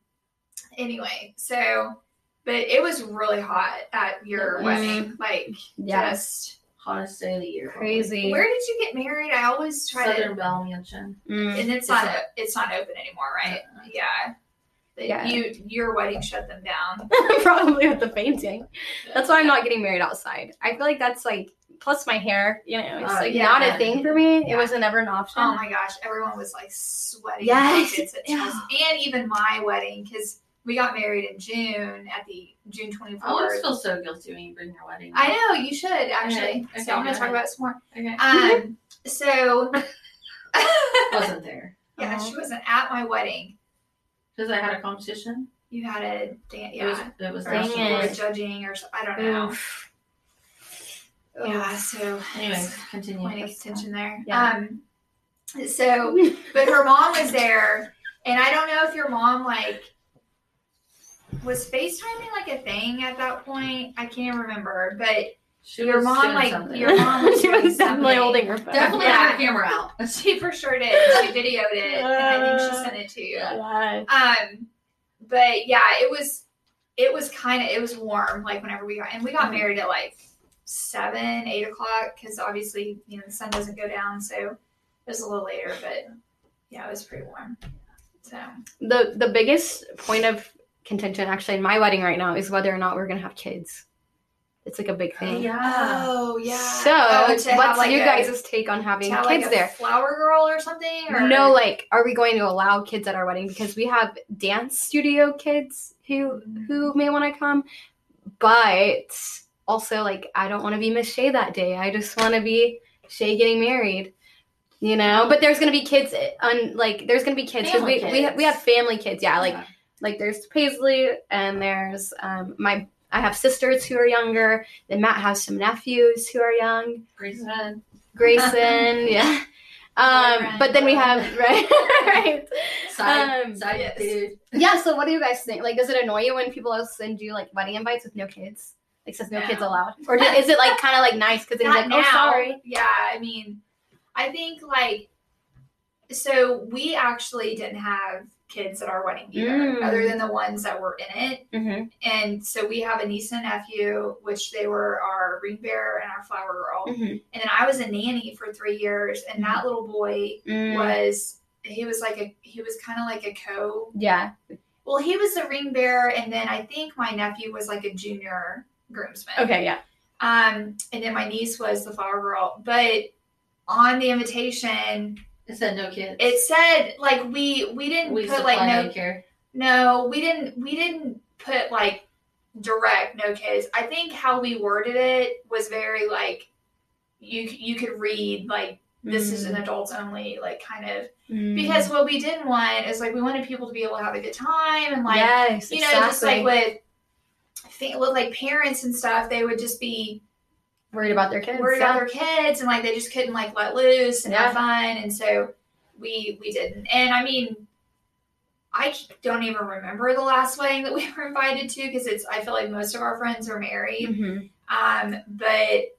Speaker 2: anyway, so, but it was really hot at your
Speaker 1: Mhm.
Speaker 2: wedding. Like,
Speaker 3: Yes.
Speaker 2: just
Speaker 1: Hottest day of the year. probably.
Speaker 3: Crazy.
Speaker 2: where did you get married? I always try
Speaker 1: Southern Bell Mansion.
Speaker 2: to,
Speaker 3: Mm.
Speaker 2: and it's
Speaker 1: It's
Speaker 2: not,
Speaker 1: not-
Speaker 2: o- it's not open anymore, right? Yeah. But
Speaker 3: Yeah.
Speaker 2: You, your wedding shut them down.
Speaker 3: Probably with the painting. That's why I'm not getting married outside. I feel like that's like plus my hair, you know, it's
Speaker 1: Uh,
Speaker 3: like
Speaker 2: yeah.
Speaker 3: not a thing for me. It
Speaker 2: Yeah.
Speaker 3: wasn't ever an option.
Speaker 2: Oh my gosh, everyone was like sweating
Speaker 3: Yes.
Speaker 2: buckets at Chelsea. and even my wedding because we got married in June at the June twenty
Speaker 1: I always
Speaker 2: fourth.
Speaker 1: feel so guilty when you bring your wedding.
Speaker 2: I know you should actually.
Speaker 1: Okay,
Speaker 2: So I'm
Speaker 1: okay,
Speaker 2: gonna talk
Speaker 1: go
Speaker 2: about it some more.
Speaker 1: Okay.
Speaker 2: Um, so
Speaker 1: wasn't there
Speaker 2: yeah,
Speaker 3: Oh.
Speaker 2: she wasn't at my wedding.
Speaker 1: because I had a competition.
Speaker 2: You had a dance,
Speaker 1: It was.
Speaker 2: yeah,
Speaker 1: It was
Speaker 2: or
Speaker 3: Dang
Speaker 1: national
Speaker 2: you were
Speaker 3: it.
Speaker 2: judging or so, I don't know.
Speaker 3: Oof.
Speaker 2: Yeah, so
Speaker 1: Anyways, continue.
Speaker 2: point of contention there.
Speaker 3: Yeah.
Speaker 2: Um, so but her mom was there, and I don't know if your mom like was FaceTiming like a thing at that point. I can't remember, but
Speaker 1: She
Speaker 2: Your
Speaker 1: was
Speaker 2: mom,
Speaker 1: doing
Speaker 2: like,
Speaker 1: something.
Speaker 2: your mom was
Speaker 3: she was
Speaker 2: doing
Speaker 3: definitely
Speaker 2: something.
Speaker 3: holding her phone.
Speaker 1: definitely
Speaker 2: Yeah.
Speaker 1: had the camera out.
Speaker 2: she for sure did. She videoed it, and I think she sent it to you.
Speaker 3: Yeah.
Speaker 2: Um, but yeah, it was it was kind of it was warm like whenever we got and we got married at like seven eight o'clock because obviously you know the sun doesn't go down so it was a little later but yeah it was pretty warm so
Speaker 3: The the biggest point of contention actually in my wedding right now is whether or not we're gonna have kids. It's like a big thing.
Speaker 1: Yeah.
Speaker 2: Oh yeah.
Speaker 3: So,
Speaker 2: Oh,
Speaker 3: what's
Speaker 2: to have, like,
Speaker 3: you
Speaker 2: a-
Speaker 3: guys' take on
Speaker 2: to
Speaker 3: having
Speaker 2: have,
Speaker 3: kids
Speaker 2: like, a
Speaker 3: there?
Speaker 2: Flower girl or something? Or
Speaker 3: No, like, are we going to allow kids at our wedding? Because we have dance studio kids who who may want to come, but also like, I don't want to be Miss Shay that day. I just want to be Shay getting married, you know. But there's gonna be kids on like there's gonna be kids because
Speaker 1: Family
Speaker 3: we, we
Speaker 1: kids.
Speaker 3: we have family kids. Yeah, like like there's Paisley and there's um my I have sisters who are younger. Then Matt has some nephews who are young.
Speaker 1: Grayson.
Speaker 3: Grayson, yeah. Um,
Speaker 2: Boyfriend.
Speaker 3: but then we have right, right.
Speaker 1: Side,
Speaker 3: Um,
Speaker 1: side
Speaker 2: yes.
Speaker 1: dude.
Speaker 3: Yeah. So, what do you guys think? Like, does it annoy you when people send you like wedding invites with no kids? Like, says no, kids
Speaker 2: No.
Speaker 3: allowed, or do, is it like kind of like nice because it's
Speaker 2: Not
Speaker 3: like,
Speaker 2: now.
Speaker 3: oh, sorry.
Speaker 2: Yeah, I mean, I think like so we actually didn't have kids at our wedding either,
Speaker 3: Mm.
Speaker 2: other than the ones that were in it.
Speaker 3: Mm-hmm.
Speaker 2: And so we have a niece and a nephew, which they were our ring bearer and our flower girl.
Speaker 3: Mm-hmm.
Speaker 2: And then I was a nanny for three years, and that little boy
Speaker 3: Mm. mm-hmm.
Speaker 2: was he was like a he was kind of like a co.
Speaker 3: Yeah.
Speaker 2: Well, he was the ring bearer, and then I think my nephew was like a junior groomsman.
Speaker 3: Okay. Yeah.
Speaker 2: Um, and then my niece was the flower girl. But on the invitation,
Speaker 1: It said no kids.
Speaker 2: it said like we we didn't
Speaker 1: we
Speaker 2: put
Speaker 1: supply
Speaker 2: like no
Speaker 1: daycare.
Speaker 2: no we didn't we didn't put like direct no kids. I think how we worded it was very like you you could read like this is an adults only like kind of
Speaker 3: Mm.
Speaker 2: because what we didn't want is like we wanted people to be able to have a good time and like
Speaker 3: yes,
Speaker 2: you know just like with fa- with like parents and stuff they would just be
Speaker 3: worried about their kids.
Speaker 2: worried
Speaker 3: yeah.
Speaker 2: about their kids and like they just couldn't like let loose and have fun and so we we didn't and i mean i don't even remember the last wedding that we were invited to because it's i feel like most of our friends are married
Speaker 3: Mhm.
Speaker 2: um but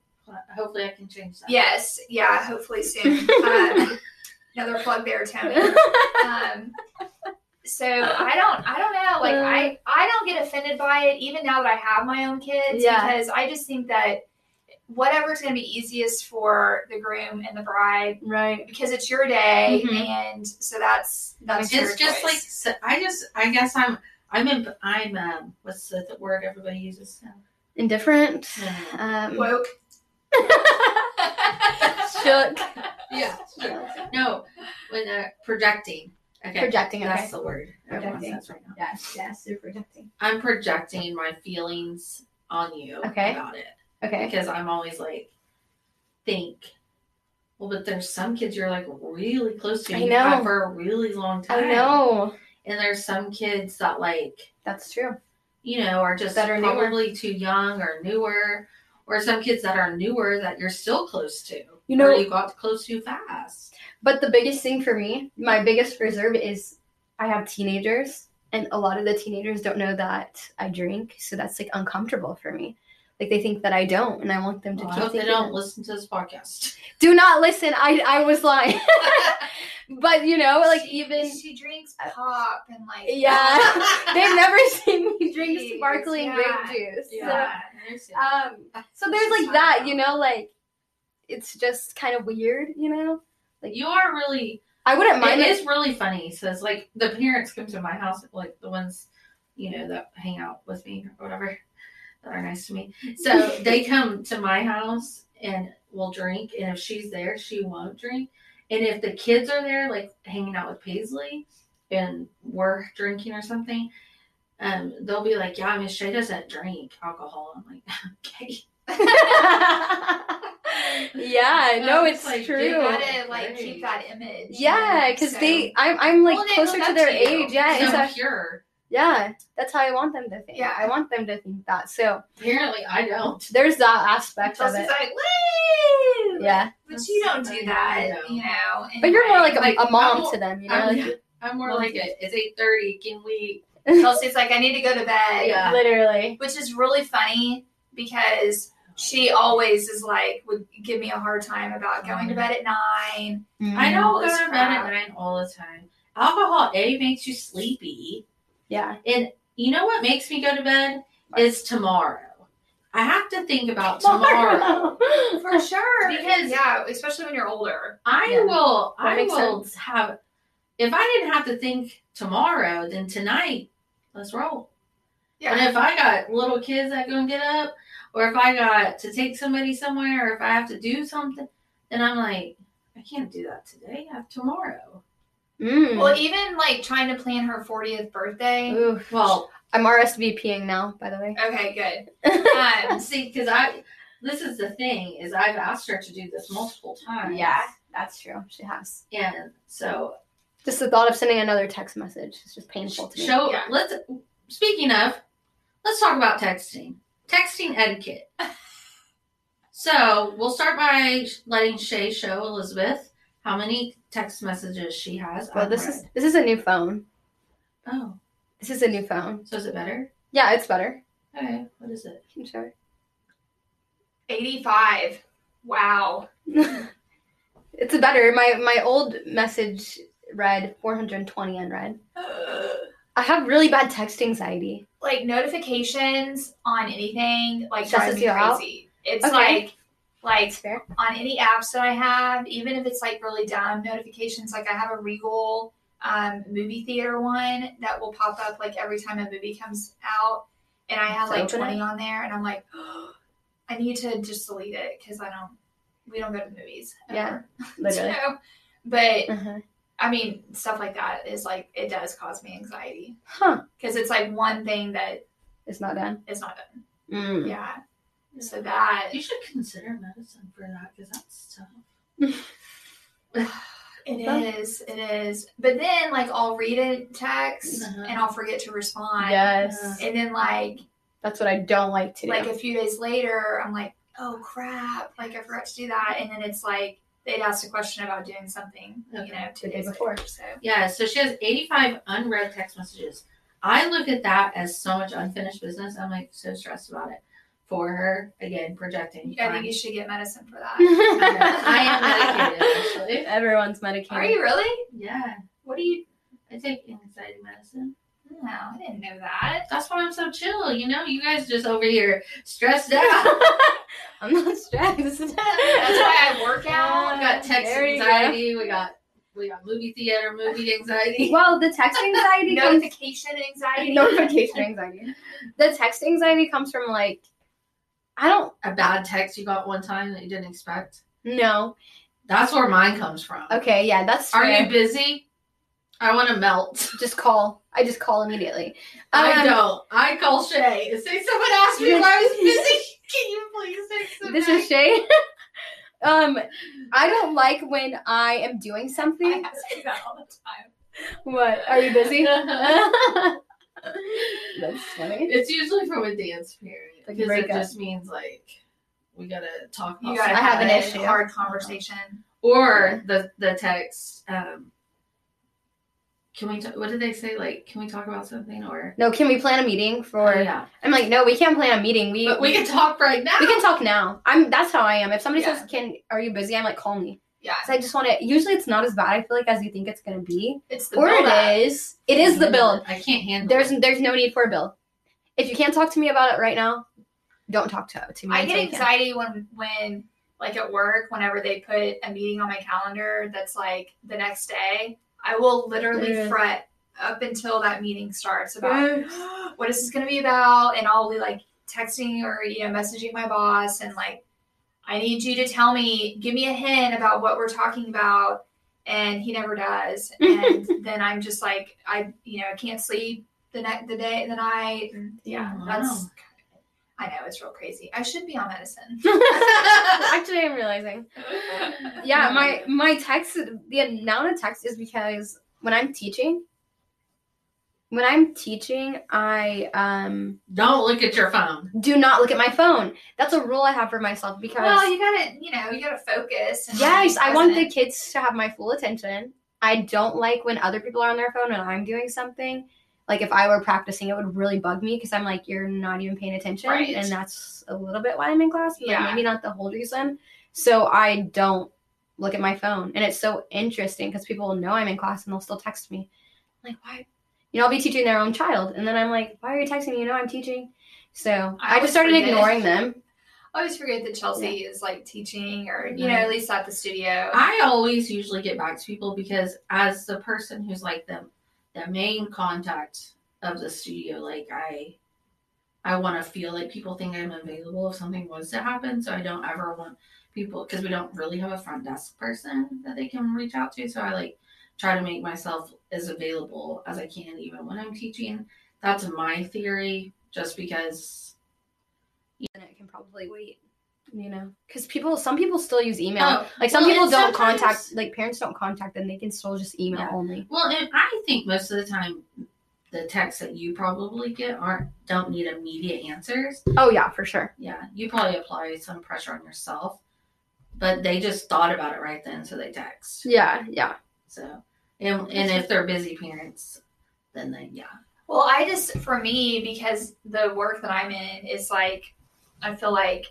Speaker 1: Hopefully, I can change that.
Speaker 2: yes yeah hopefully soon um, another plug there tony um so i don't i don't know like
Speaker 3: Uh.
Speaker 2: i i don't get offended by it even now that i have my own kids
Speaker 3: Yeah.
Speaker 2: because i just think that whatever's going to be easiest for the groom and the bride
Speaker 3: Right.
Speaker 2: because it's your day
Speaker 3: Mhm.
Speaker 2: and so that's that's your
Speaker 1: it's just like
Speaker 2: choice.
Speaker 1: so I just I guess I'm I'm in I'm um what's the th- word everybody uses now?
Speaker 3: Indifferent.
Speaker 1: Mhm.
Speaker 3: Um,
Speaker 2: woke
Speaker 3: shook.
Speaker 1: Yeah. No, when uh, projecting. Okay.
Speaker 3: Projecting. Okay.
Speaker 1: That's the word. everyone
Speaker 3: Projecting.
Speaker 1: says right now.
Speaker 3: Yes. Yes. You're projecting.
Speaker 1: I'm projecting my feelings on you
Speaker 3: Okay.
Speaker 1: about it
Speaker 3: Okay.
Speaker 1: because I'm always like think. Well, but there's some kids you're like really close to.
Speaker 3: I
Speaker 1: and you have
Speaker 3: know.
Speaker 1: for a really long time.
Speaker 3: I know.
Speaker 1: And there's some kids that like
Speaker 3: That's true.
Speaker 1: you know, are just
Speaker 3: That are newer.
Speaker 1: probably too young or newer, or some kids that are newer that you're still close to.
Speaker 3: You know-
Speaker 1: or you got close too fast.
Speaker 3: But the biggest thing for me, my biggest reserve is I have teenagers, and a lot of the teenagers don't know that I drink, so that's like uncomfortable for me. Like they think that I don't, and I want them to
Speaker 1: Well, I
Speaker 3: keep
Speaker 1: hope they
Speaker 3: thinking
Speaker 1: don't
Speaker 3: that.
Speaker 1: listen to this podcast.
Speaker 3: Do not listen. I I was lying, but you know, Oh, like
Speaker 2: She-
Speaker 3: even
Speaker 2: she drinks pop and like
Speaker 3: Yeah. they've never seen me drink
Speaker 2: Jeez,
Speaker 3: sparkling
Speaker 2: yeah.
Speaker 3: grape juice.
Speaker 1: yeah.
Speaker 3: So,
Speaker 1: Uh,
Speaker 3: um, so there's like that, you know, like it's just kind of weird, you know.
Speaker 1: You are really.
Speaker 3: I wouldn't mind
Speaker 1: it
Speaker 3: it.
Speaker 1: is really funny. Says like the parents come to my house, like the ones you know that hang out with me or whatever that are nice to me. So they come to my house and will drink. And if she's there, she won't drink. And if the kids are there, like hanging out with Paisley and we're drinking or something, um, they'll be like, Yeah, Miss Shay doesn't drink alcohol. I'm like, Okay.
Speaker 3: yeah, no,
Speaker 1: Um,
Speaker 3: it's
Speaker 1: like,
Speaker 3: true.
Speaker 2: you
Speaker 1: Ew.
Speaker 2: gotta like keep that image
Speaker 3: Yeah,
Speaker 2: you know,
Speaker 3: because
Speaker 2: so-
Speaker 3: they, I'm, I'm like
Speaker 2: Well, they
Speaker 3: closer
Speaker 2: look
Speaker 3: to
Speaker 2: up
Speaker 3: their
Speaker 2: to you.
Speaker 3: age. Yeah,
Speaker 1: so
Speaker 3: it's a-
Speaker 1: pure.
Speaker 3: yeah, that's how I want them to think.
Speaker 2: Yeah.
Speaker 3: I want them to think that. So
Speaker 1: Apparently, I don't.
Speaker 3: there's that aspect of
Speaker 2: Chelsea's
Speaker 3: it.
Speaker 2: like woo
Speaker 3: Yeah,
Speaker 2: but you don't do that
Speaker 1: I know.
Speaker 2: you know and,
Speaker 3: but you're more like a,
Speaker 1: like,
Speaker 3: a mom
Speaker 1: I'm-
Speaker 3: to them, you know.
Speaker 1: I'm,
Speaker 3: like-
Speaker 1: I'm more like a, it's eight thirty. Can we?
Speaker 2: Chelsea's like I need to go to bed
Speaker 1: Yeah.
Speaker 3: Literally.
Speaker 2: which is really funny because she always is like would give me a hard time about going to bed at nine.
Speaker 3: Mm-hmm.
Speaker 1: I don't go
Speaker 2: Holy
Speaker 1: to bed
Speaker 2: crap.
Speaker 1: at nine all the time. Alcohol a makes you sleepy.
Speaker 3: Yeah.
Speaker 1: You know what makes me go to bed
Speaker 3: What?
Speaker 1: is tomorrow. I have to think about tomorrow.
Speaker 2: For sure.
Speaker 1: Because-
Speaker 2: yeah, especially when you're older.
Speaker 1: I
Speaker 3: Yeah.
Speaker 1: will.
Speaker 3: That
Speaker 1: I
Speaker 3: makes
Speaker 1: will have. If I didn't have to think tomorrow, then tonight, let's roll. And if I got little kids that gonna get up, or if I got to take somebody somewhere, or if I have to do something, then I'm like, I can't do that today. I have tomorrow.
Speaker 3: Mm.
Speaker 2: Well, even like trying to plan her 40th birthday.
Speaker 3: Ooh.
Speaker 1: Well,
Speaker 3: I'm RSVPing now, by the way.
Speaker 2: Okay, good. Um,
Speaker 1: see, because I, this is the thing is I've asked her to do this multiple times.
Speaker 3: Yeah, that's true. She has.
Speaker 1: And so
Speaker 3: Just the thought of sending another text message is just painful to me.
Speaker 1: show.
Speaker 2: Yeah.
Speaker 1: Let's. Speaking of, let's talk about texting. Texting etiquette. so we'll start by letting Shay show Elizabeth how many text messages she has.
Speaker 3: well, this is this is a new phone.
Speaker 1: Oh,
Speaker 3: This is a new phone.
Speaker 1: so is it better?
Speaker 3: Yeah, it's better.
Speaker 1: Okay, what is it?
Speaker 3: I can show.
Speaker 2: 85. Wow.
Speaker 3: it. it's better. My my old message read 420 unread. I have really bad text anxiety.
Speaker 2: like notifications on anything like drives
Speaker 3: Stresses
Speaker 2: me
Speaker 3: you out?
Speaker 2: crazy. It's
Speaker 3: Okay.
Speaker 2: like like
Speaker 3: It's fair.
Speaker 2: on any apps that I have, even if it's like really dumb notifications, like I have a Regal um, movie theater one that will pop up like every time a movie comes out, and I have
Speaker 3: So
Speaker 2: like
Speaker 3: open
Speaker 2: twenty on there, and I'm like, I need to just delete it because I don't, we don't go to movies.
Speaker 3: Yeah,
Speaker 2: ever.
Speaker 3: Literally.
Speaker 2: So, but
Speaker 3: Uh-huh.
Speaker 2: I mean, stuff like that is like it does cause me anxiety
Speaker 3: Huh.
Speaker 2: because it's like one thing that
Speaker 3: It's not done.
Speaker 2: is not done.
Speaker 3: Mm.
Speaker 2: Yeah. So that
Speaker 1: You should consider medicine for that because that's tough.
Speaker 2: it is, it is. But then like I'll read a text
Speaker 1: Uh-huh.
Speaker 2: and I'll forget to respond.
Speaker 3: Yes.
Speaker 2: And then like
Speaker 3: That's what I don't like to do.
Speaker 2: like a few days later, I'm like, oh crap, like I forgot to do that. And then it's like they'd asked a question about doing something, you know, two
Speaker 3: The day
Speaker 2: days
Speaker 3: before.
Speaker 2: Later, so
Speaker 1: Yeah, so she has 85 unread text messages. I look at that as so much unfinished business. I'm like so stressed about it for her. Again, projecting.
Speaker 2: I think
Speaker 1: Fine.
Speaker 2: you should get medicine for that.
Speaker 1: I am medicated, actually.
Speaker 3: Everyone's medicated.
Speaker 2: Are you really?
Speaker 1: yeah,
Speaker 2: What do you
Speaker 1: I take anxiety medicine.
Speaker 2: no, I didn't know that.
Speaker 1: That's why I'm so chill. You know, you guys just over here stressed out.
Speaker 3: I'm not stressed.
Speaker 2: That's why I work out.
Speaker 1: we got text
Speaker 3: There you go.
Speaker 1: anxiety. We got we got movie theater movie anxiety.
Speaker 3: Well, the text anxiety comes
Speaker 2: Notification anxiety.
Speaker 3: notification anxiety. The text anxiety comes from like I don't
Speaker 1: A bad text you got one time that you didn't expect.
Speaker 3: know.
Speaker 1: That's where mine comes from.
Speaker 3: Okay, yeah, that's
Speaker 1: Are
Speaker 3: fair.
Speaker 1: you busy? I want to melt.
Speaker 3: just call. I just call immediately.
Speaker 1: I
Speaker 3: Um,
Speaker 1: don't. I call Shay and say someone asked me if I was busy. Can you please text them
Speaker 3: This
Speaker 1: back?"
Speaker 3: is Shay. um I don't like when I am doing
Speaker 2: I
Speaker 3: something.
Speaker 2: have to do that all the time.
Speaker 3: What? Are you busy?
Speaker 1: Uh-huh.
Speaker 3: That's funny.
Speaker 1: it's usually from a dance period
Speaker 3: Like
Speaker 1: because it
Speaker 3: breakup.
Speaker 1: just means like we gotta talk. About
Speaker 2: You gotta
Speaker 3: I
Speaker 1: something.
Speaker 3: have an
Speaker 2: a
Speaker 3: issue.
Speaker 2: hard conversation.
Speaker 1: or the the text. Um, can we? ta- what did they say? Like, can we talk about something? Or
Speaker 3: No, can we plan a meeting for?
Speaker 1: Oh, yeah,
Speaker 3: I'm like, no, we can't plan a meeting. We
Speaker 1: but we can talk right now.
Speaker 3: we can talk now. I'm that's how I am. If somebody
Speaker 2: Yeah.
Speaker 3: says, "Can are you busy?" I'm like, "Call me."
Speaker 2: Yeah,
Speaker 3: 'Cause I just want to. Usually, it's not as bad. I feel like as you think it's gonna be,
Speaker 2: it's the
Speaker 3: or
Speaker 2: buildup.
Speaker 3: it is. It is
Speaker 1: Mm-hmm.
Speaker 3: the build.
Speaker 1: I can't handle.
Speaker 3: There's
Speaker 1: it.
Speaker 3: there's no need for a build. If you can't talk to me about it right now, don't talk to, to me.
Speaker 2: I
Speaker 3: until
Speaker 2: get
Speaker 3: you can.
Speaker 2: anxiety when when like at work whenever they put a meeting on my calendar that's like the next day. I will literally
Speaker 3: Yeah.
Speaker 2: fret up until that meeting starts about what is this going to be about, and I'll be like texting or you know messaging my boss and like I need you to tell me, give me a hint about what we're talking about. And he never does. And then I'm just like, I, you know, I can't sleep the night, the day, the night. And yeah,
Speaker 1: Wow.
Speaker 2: that's, I know it's real crazy. I should be on medicine.
Speaker 3: Actually, I'm realizing.
Speaker 2: Um,
Speaker 3: Yeah, my my text, the amount of text is because when I'm teaching, when I'm teaching, I um
Speaker 1: Don't look at your phone.
Speaker 3: do not look at my phone. That's a rule I have for myself because
Speaker 2: well, you gotta, you know, you gotta focus. And
Speaker 3: yes,
Speaker 2: be
Speaker 3: I want the
Speaker 2: present.
Speaker 3: kids to have my full attention. I don't like when other people are on their phone and I'm doing something. Like if I were practicing, it would really bug me because I'm like, you're not even paying attention,
Speaker 2: Right.
Speaker 3: and that's a little bit why I'm in class, but
Speaker 2: Yeah.
Speaker 3: maybe not the whole reason. So I don't look at my phone, and it's so interesting because people will know I'm in class and they'll still text me. I'm like why? You know, I'll be teaching their own child, and then I'm like, why are you texting? me? You know, I'm teaching. So
Speaker 2: I
Speaker 3: I,
Speaker 2: always
Speaker 3: just started
Speaker 2: forget.
Speaker 3: ignoring them.
Speaker 2: I always forget that Chelsea is like teaching or, you know,
Speaker 1: Yeah.
Speaker 2: at least at the studio.
Speaker 1: I always usually get back to people because as the person who's like the the main contact of the studio, like I I want to feel like people think I'm available if something was to happen. So I don't ever want people because we don't really have a front desk person that they can reach out to. So I like try to make myself as available as I can, even when I'm teaching. That's my theory, just because.
Speaker 3: and it can probably wait. You know, because people, some people still use email.
Speaker 1: Oh,
Speaker 3: like some
Speaker 1: well,
Speaker 3: people
Speaker 1: and
Speaker 3: don't
Speaker 1: sometimes-
Speaker 3: contact, like parents don't contact them. They can still just email
Speaker 1: Yeah.
Speaker 3: only.
Speaker 1: Well, and I think most of the time, the texts that you probably get aren't don't need immediate answers.
Speaker 3: Oh yeah, for sure.
Speaker 1: Yeah, you probably apply some pressure on yourself, but they just thought about it right then, so they text.
Speaker 3: Yeah, yeah.
Speaker 1: So, and and if they're busy parents, then they yeah.
Speaker 2: Well, I just for me because the work that I'm in is like I feel like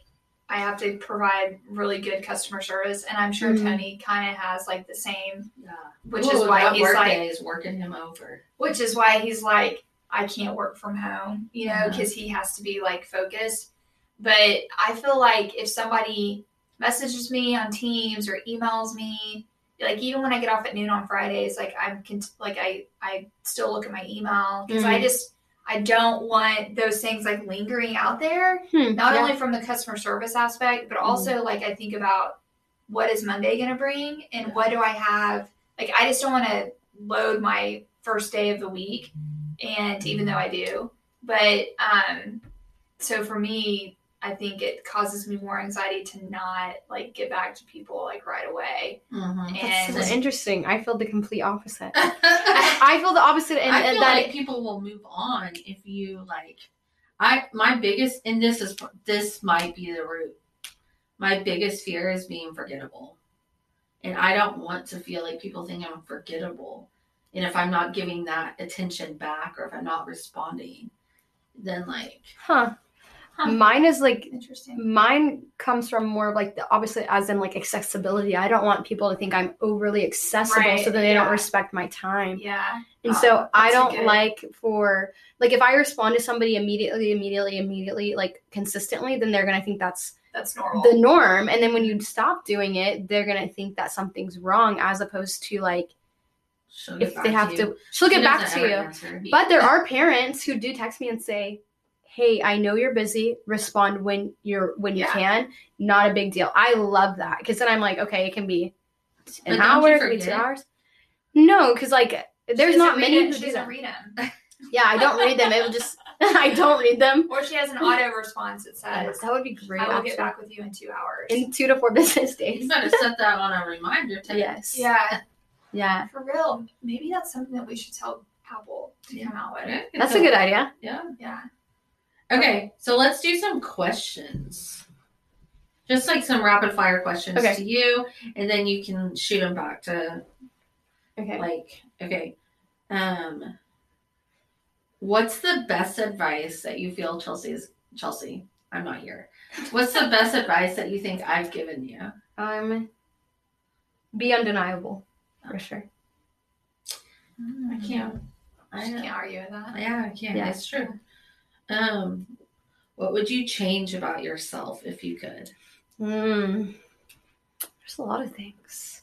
Speaker 2: I have to provide really good customer service, and I'm sure
Speaker 3: Mhm.
Speaker 2: Tony kind of has like the same,
Speaker 1: Yeah.
Speaker 2: which is why he's
Speaker 1: work
Speaker 2: like,
Speaker 1: day is working him over.
Speaker 2: which is why he's like I can't work from home, you know,
Speaker 1: Mhm.
Speaker 2: because he has to be like focused. But I feel like if somebody messages me on Teams or emails me, like even when I get off at noon on Fridays, like I'm con- like I I still look at my email because I
Speaker 3: Mhm.
Speaker 2: just I don't want those things like lingering out there.
Speaker 3: Hmm,
Speaker 2: Not
Speaker 3: yeah. Mm-hmm.
Speaker 2: only from the customer service aspect, but also like I think about what is Monday going to bring and
Speaker 1: Yeah.
Speaker 2: what do I have. Like I just don't want to load my first day of the week, and even though I do, but um, so for me, I think it causes me more anxiety to not like get back to people like right away.
Speaker 1: Mm-hmm.
Speaker 2: And
Speaker 3: That's so interesting. I feel the complete opposite.
Speaker 1: I
Speaker 3: I feel the opposite, and, and
Speaker 1: feel
Speaker 3: that
Speaker 1: like people will move on if you like. I my biggest and this is this might be the root. My biggest fear is being forgettable, and I don't want to feel like people think I'm forgettable. And if I'm not giving that attention back, or if I'm not responding, then like
Speaker 3: huh?
Speaker 2: Huh.
Speaker 3: Mine is like
Speaker 2: Interesting.
Speaker 3: mine comes from more of like the opposite as in like accessibility i don't want people to think i'm overly accessible
Speaker 2: Right,
Speaker 3: so that they
Speaker 2: yeah.
Speaker 3: don't respect my time
Speaker 2: Yeah.
Speaker 3: and
Speaker 1: Oh,
Speaker 3: so i
Speaker 2: that's a
Speaker 3: don't
Speaker 2: good-
Speaker 3: like for like if i respond to somebody immediately immediately immediately like consistently then they're gonna think that's
Speaker 2: That's normal.
Speaker 1: Oh.
Speaker 3: the norm and then when you stop doing it they're gonna think that something's wrong as opposed to like
Speaker 1: she'll get
Speaker 3: if
Speaker 1: back
Speaker 3: they have
Speaker 1: to,
Speaker 3: to,
Speaker 1: you.
Speaker 3: she'll get
Speaker 1: She
Speaker 3: back
Speaker 1: doesn't
Speaker 3: to
Speaker 1: ever
Speaker 3: you
Speaker 1: answer.
Speaker 3: but there are parents who do text me and say, "Hey, I know you're busy. Respond when you're when you
Speaker 2: Yeah.
Speaker 3: can. Not a big deal." I love that because then I'm like, okay, it can be
Speaker 1: But
Speaker 3: an
Speaker 1: don't
Speaker 3: hour,
Speaker 1: you
Speaker 3: it can be two
Speaker 1: forget?
Speaker 3: hours. No, because like
Speaker 2: She
Speaker 3: there's
Speaker 2: doesn't
Speaker 3: not
Speaker 2: read
Speaker 3: many.
Speaker 2: it-
Speaker 3: who
Speaker 2: She
Speaker 3: do
Speaker 2: doesn't
Speaker 3: that.
Speaker 2: read them,
Speaker 3: Yeah, I don't read them. It'll just I don't read them.
Speaker 2: or she has an auto response that says,
Speaker 3: That would be great.
Speaker 2: "I will
Speaker 3: actually.
Speaker 2: get back with you in two hours."
Speaker 3: in two to four business
Speaker 1: you
Speaker 3: days.
Speaker 1: better set that on a reminder. Tape.
Speaker 3: Yes.
Speaker 2: yeah,
Speaker 3: Yeah.
Speaker 2: for real. Maybe that's something that we should tell Apple to come out with.
Speaker 1: Okay,
Speaker 3: That's
Speaker 1: so-
Speaker 3: a good idea.
Speaker 1: Yeah.
Speaker 2: Yeah.
Speaker 1: Okay, so let's do some questions. Just like some rapid fire questions
Speaker 3: Okay.
Speaker 1: to you, and then you can shoot them back to
Speaker 3: Okay.
Speaker 1: like, okay, um, what's the best advice that you feel Chelsea's Chelsea? I'm not here. What's the best advice that you think I've given you?
Speaker 3: Um, be undeniable for sure.
Speaker 2: Mm.
Speaker 1: I can't. I
Speaker 2: She can't argue with that.
Speaker 1: Yeah, I can't.
Speaker 3: Yeah.
Speaker 1: That's true. Um, what would you change about yourself if you could?
Speaker 3: Mm. There's a lot of things.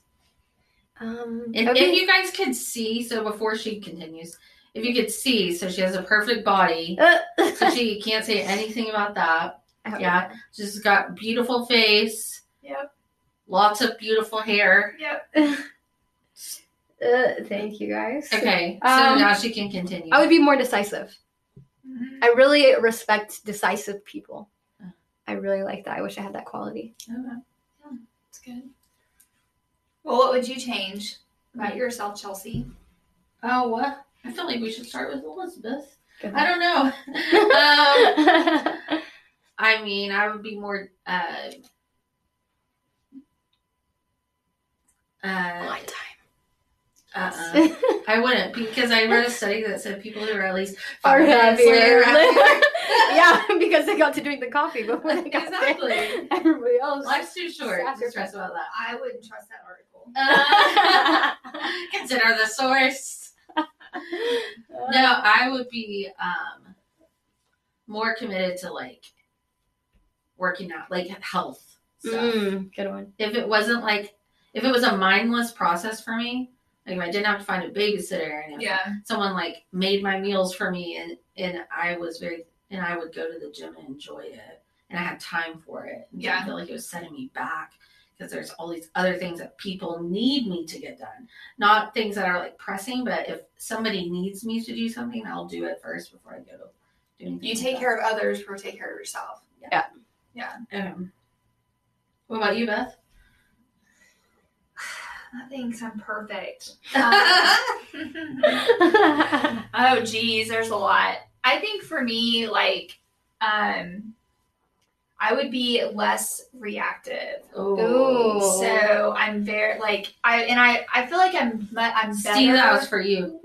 Speaker 3: Um,
Speaker 1: If,
Speaker 3: okay.
Speaker 1: if you guys could see, so before she continues, if you could see, so she has a perfect body,
Speaker 3: Uh,
Speaker 1: so she can't say anything about that.
Speaker 3: I hope
Speaker 1: Yeah. She's got beautiful face,
Speaker 2: Yep.
Speaker 1: lots of beautiful hair.
Speaker 2: Yep.
Speaker 3: not. Uh, thank you guys.
Speaker 1: Okay, so
Speaker 3: Um,
Speaker 1: now she can continue.
Speaker 3: I would be more decisive.
Speaker 2: Mhm.
Speaker 3: I really respect decisive people. I really like that. I wish I had that quality.
Speaker 1: Okay.
Speaker 2: That's good. Well, what would you change about yourself, Chelsea?
Speaker 1: Oh, what? I feel like we should start with Elizabeth.
Speaker 3: Good
Speaker 1: I don't know. um, I mean, I would be more uh, uh,
Speaker 3: My time.
Speaker 1: uh, I wouldn't because I read a study that said people who are at least
Speaker 3: Are
Speaker 1: five minutes
Speaker 3: happier.
Speaker 1: late are happier.
Speaker 3: yeah, because they got to drink the coffee before they got
Speaker 1: Exactly.
Speaker 3: there. Everybody else.
Speaker 1: Life's too short to stress about that.
Speaker 2: I wouldn't trust that article.
Speaker 1: Uh, consider the source. No, I would be um, more committed to like working out, like health stuff.
Speaker 3: Mm, good one.
Speaker 1: if it wasn't like if it was a mindless process for me like if i didn't have to find a babysitter and if
Speaker 2: Yeah.
Speaker 1: someone like made my meals for me and and i was very and I would go to the gym and enjoy it. And I had time for it. And
Speaker 2: Yeah.
Speaker 1: didn't feel like it was setting me back because there's all these other things that people need me to get done. Not things that are like pressing, but if somebody needs me to do something, I'll do it first before I go do anything.
Speaker 2: You take care of others, you take care of yourself.
Speaker 1: Um, what about you, Beth?
Speaker 2: I think I'm perfect. Um, Oh geez, there's a lot. I think for me, like, um, I would be less reactive.
Speaker 1: Oh,
Speaker 3: Ooh.
Speaker 2: So I'm very like I and I I feel like I'm mu- I'm better.
Speaker 1: Steve, that was for you.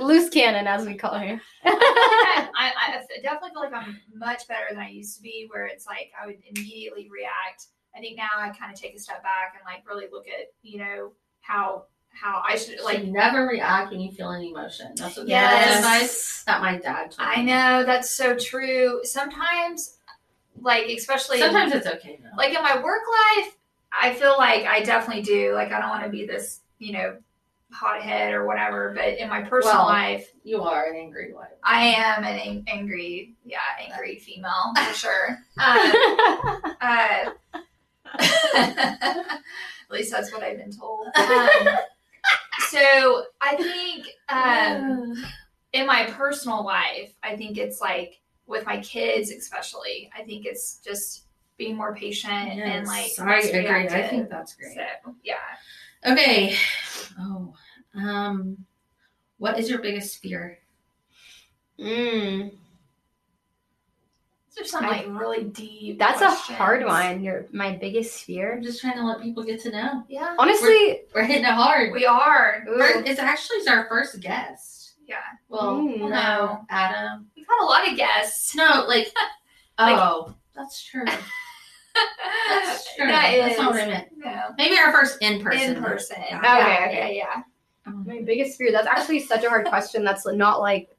Speaker 3: Loose cannon, as we call her.
Speaker 2: I, I f- definitely feel like I'm much better than I used to be. Where it's like I would immediately react. I think now I kind of take a step back and like really look at you know how how I should
Speaker 1: Like
Speaker 2: like
Speaker 1: never react when you feel an emotion. That's what the
Speaker 2: Yes.
Speaker 1: other advice that my dad. Told
Speaker 2: I
Speaker 1: me.
Speaker 2: know that's so true. Sometimes, like especially
Speaker 1: Sometimes it's okay though.
Speaker 2: like in my work life, I feel like I definitely do. Like I don't want to be this, you know, hothead or whatever. But in my personal
Speaker 1: Well-
Speaker 2: life,
Speaker 1: you are an angry wife.
Speaker 2: I am an ang- angry, yeah, angry female for sure. Um, uh, at least that's what I've been told. Um, so I think um, in my personal life, I think it's like with my kids, especially. I think it's just being more patient and like
Speaker 1: sorry, I
Speaker 2: less
Speaker 1: agree. I
Speaker 2: reactive.
Speaker 1: think that's great.
Speaker 2: So yeah.
Speaker 1: Okay. Oh, um, what is your biggest fear?
Speaker 3: Mm,
Speaker 2: Is there some like really deep?
Speaker 3: that's a
Speaker 2: questions?
Speaker 3: hard one. Your my biggest fear.
Speaker 1: I'm just trying to let people get to know.
Speaker 2: Yeah,
Speaker 3: Honestly,
Speaker 1: We're hitting it hard.
Speaker 2: we are.
Speaker 3: ooh,
Speaker 1: First- it's actually our first guest.
Speaker 2: Yeah,
Speaker 1: Well,
Speaker 3: Mm.
Speaker 1: no, Adam.
Speaker 2: we've had a lot of guests.
Speaker 1: No, like, oh, that's true. That's true.
Speaker 2: That
Speaker 1: that's not
Speaker 2: is-
Speaker 1: what I meant.
Speaker 2: No,
Speaker 1: Maybe our first in person.
Speaker 2: in person.
Speaker 1: Yeah.
Speaker 2: Yeah,
Speaker 3: Okay, okay.
Speaker 2: yeah,
Speaker 3: my biggest fear. That's actually such a hard question. That's not like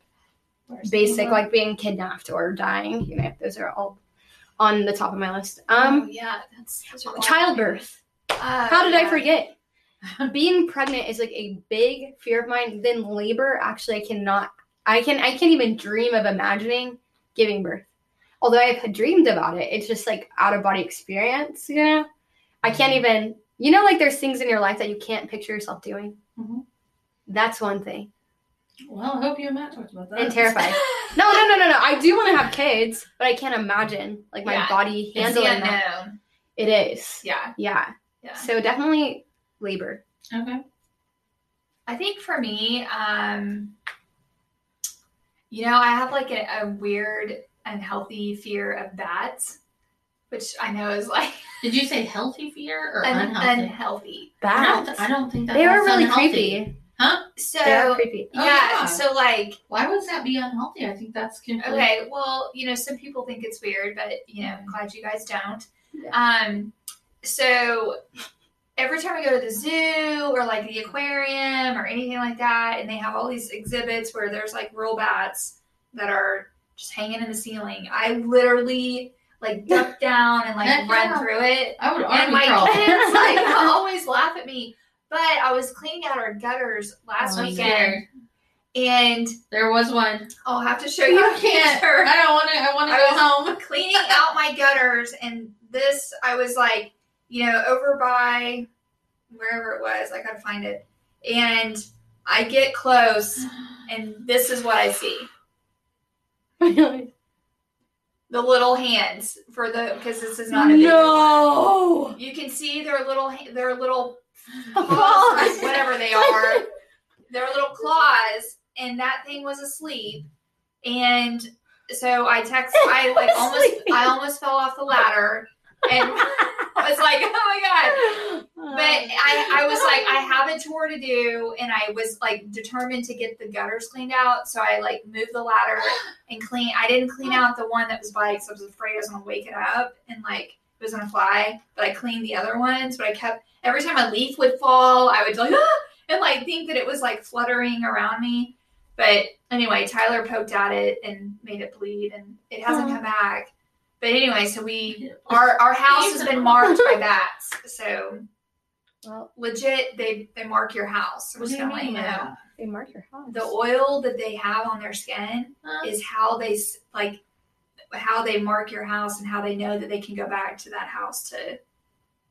Speaker 2: yeah.
Speaker 3: basic, like being kidnapped or dying. You know, those are all on the top of my list.
Speaker 2: Oh,
Speaker 3: Um, oh,
Speaker 2: yeah, that's those are all-
Speaker 3: childbirth.
Speaker 2: Uh,
Speaker 3: How did I
Speaker 2: yeah.
Speaker 3: forget? Being pregnant is like a big fear of mine. Then labor, actually, I cannot. I can. I can't even dream of imagining giving birth. Although I've dreamed about it, it's just like out of body experience. You know, I can't even. You know, like there's things in your life that you can't picture yourself doing.
Speaker 1: Mhm.
Speaker 3: That's one thing.
Speaker 1: Well, I hope you and Matt talked about that.
Speaker 3: And terrified. No, no, no, no, no. I do want to have kids, but I can't imagine like my
Speaker 2: Yeah. It's
Speaker 3: body
Speaker 2: the
Speaker 3: handling that.
Speaker 2: unknown.
Speaker 3: It is.
Speaker 2: Yeah,
Speaker 3: Yeah.
Speaker 2: yeah.
Speaker 3: So definitely labor.
Speaker 1: Okay.
Speaker 2: I think for me, um, you know, I have like a, a weird unhealthy fear of bats, which I know is like
Speaker 1: Did you say healthy fear or
Speaker 2: un-
Speaker 1: unhealthy?
Speaker 2: unhealthy.
Speaker 1: I
Speaker 3: That.
Speaker 1: don't, I don't think that
Speaker 3: They were
Speaker 1: that's
Speaker 3: really
Speaker 1: unhealthy.
Speaker 3: creepy.
Speaker 2: So
Speaker 3: They are
Speaker 2: yeah,
Speaker 3: creepy.
Speaker 1: Oh, yeah.
Speaker 2: so like
Speaker 1: Why would that be unhealthy? I think that's completely
Speaker 2: okay, well, you know, some people think it's weird, but you know, I'm
Speaker 1: Mm-hmm.
Speaker 2: glad you guys don't. Um so every time I go to the zoo or like the aquarium or anything like that, and they have all these exhibits where there's like real bats that are just hanging in the ceiling, I literally like duck down and like
Speaker 1: Yeah.
Speaker 2: run through it.
Speaker 1: I would
Speaker 2: And
Speaker 1: argue
Speaker 2: my
Speaker 1: crawl.
Speaker 2: kids like always laugh at me. But I was cleaning out our gutters last
Speaker 1: I'm
Speaker 2: weekend
Speaker 1: scared.
Speaker 2: and
Speaker 1: There was one.
Speaker 2: I'll have to show you a
Speaker 1: can't.
Speaker 2: picture.
Speaker 1: I don't want to. I want to
Speaker 2: I
Speaker 1: go
Speaker 2: was-
Speaker 1: home.
Speaker 2: Cleaning out my gutters, and this, I was like, you know, over by wherever it was, I gotta find it. And I get close, and this is what I see
Speaker 3: Really?
Speaker 2: the little hands for the because this is not a video.
Speaker 3: no.
Speaker 2: You can see their little, ha- their little claws,
Speaker 3: Oh,
Speaker 2: whatever they are, their little claws, and that thing was asleep. And so I text, I like almost, I almost fell off the ladder, and was like, oh my god. But I, I was like, I have a tour to do, and I was like determined to get the gutters cleaned out. So I like moved the ladder and clean. I didn't clean out the one that was by because I was afraid I was gonna wake it up and like it was gonna fly. But I cleaned the other ones. But I kept every time a leaf would fall, I would like "Ah!" and like think that it was like fluttering around me. But anyway, Tyler poked at it and made it bleed, and it hasn't
Speaker 3: Aw.
Speaker 2: come back. But anyway, so we our our house has been marked by bats, so
Speaker 3: Well,
Speaker 2: legit they they mark your house. I'm
Speaker 1: What do
Speaker 2: just
Speaker 1: you
Speaker 2: gonna let you
Speaker 1: mean?
Speaker 2: know.
Speaker 3: They mark your house.
Speaker 2: the oil that they have on their skin
Speaker 1: Um,
Speaker 2: is how they s- like how they mark your house and how they know that they can go back to that house to.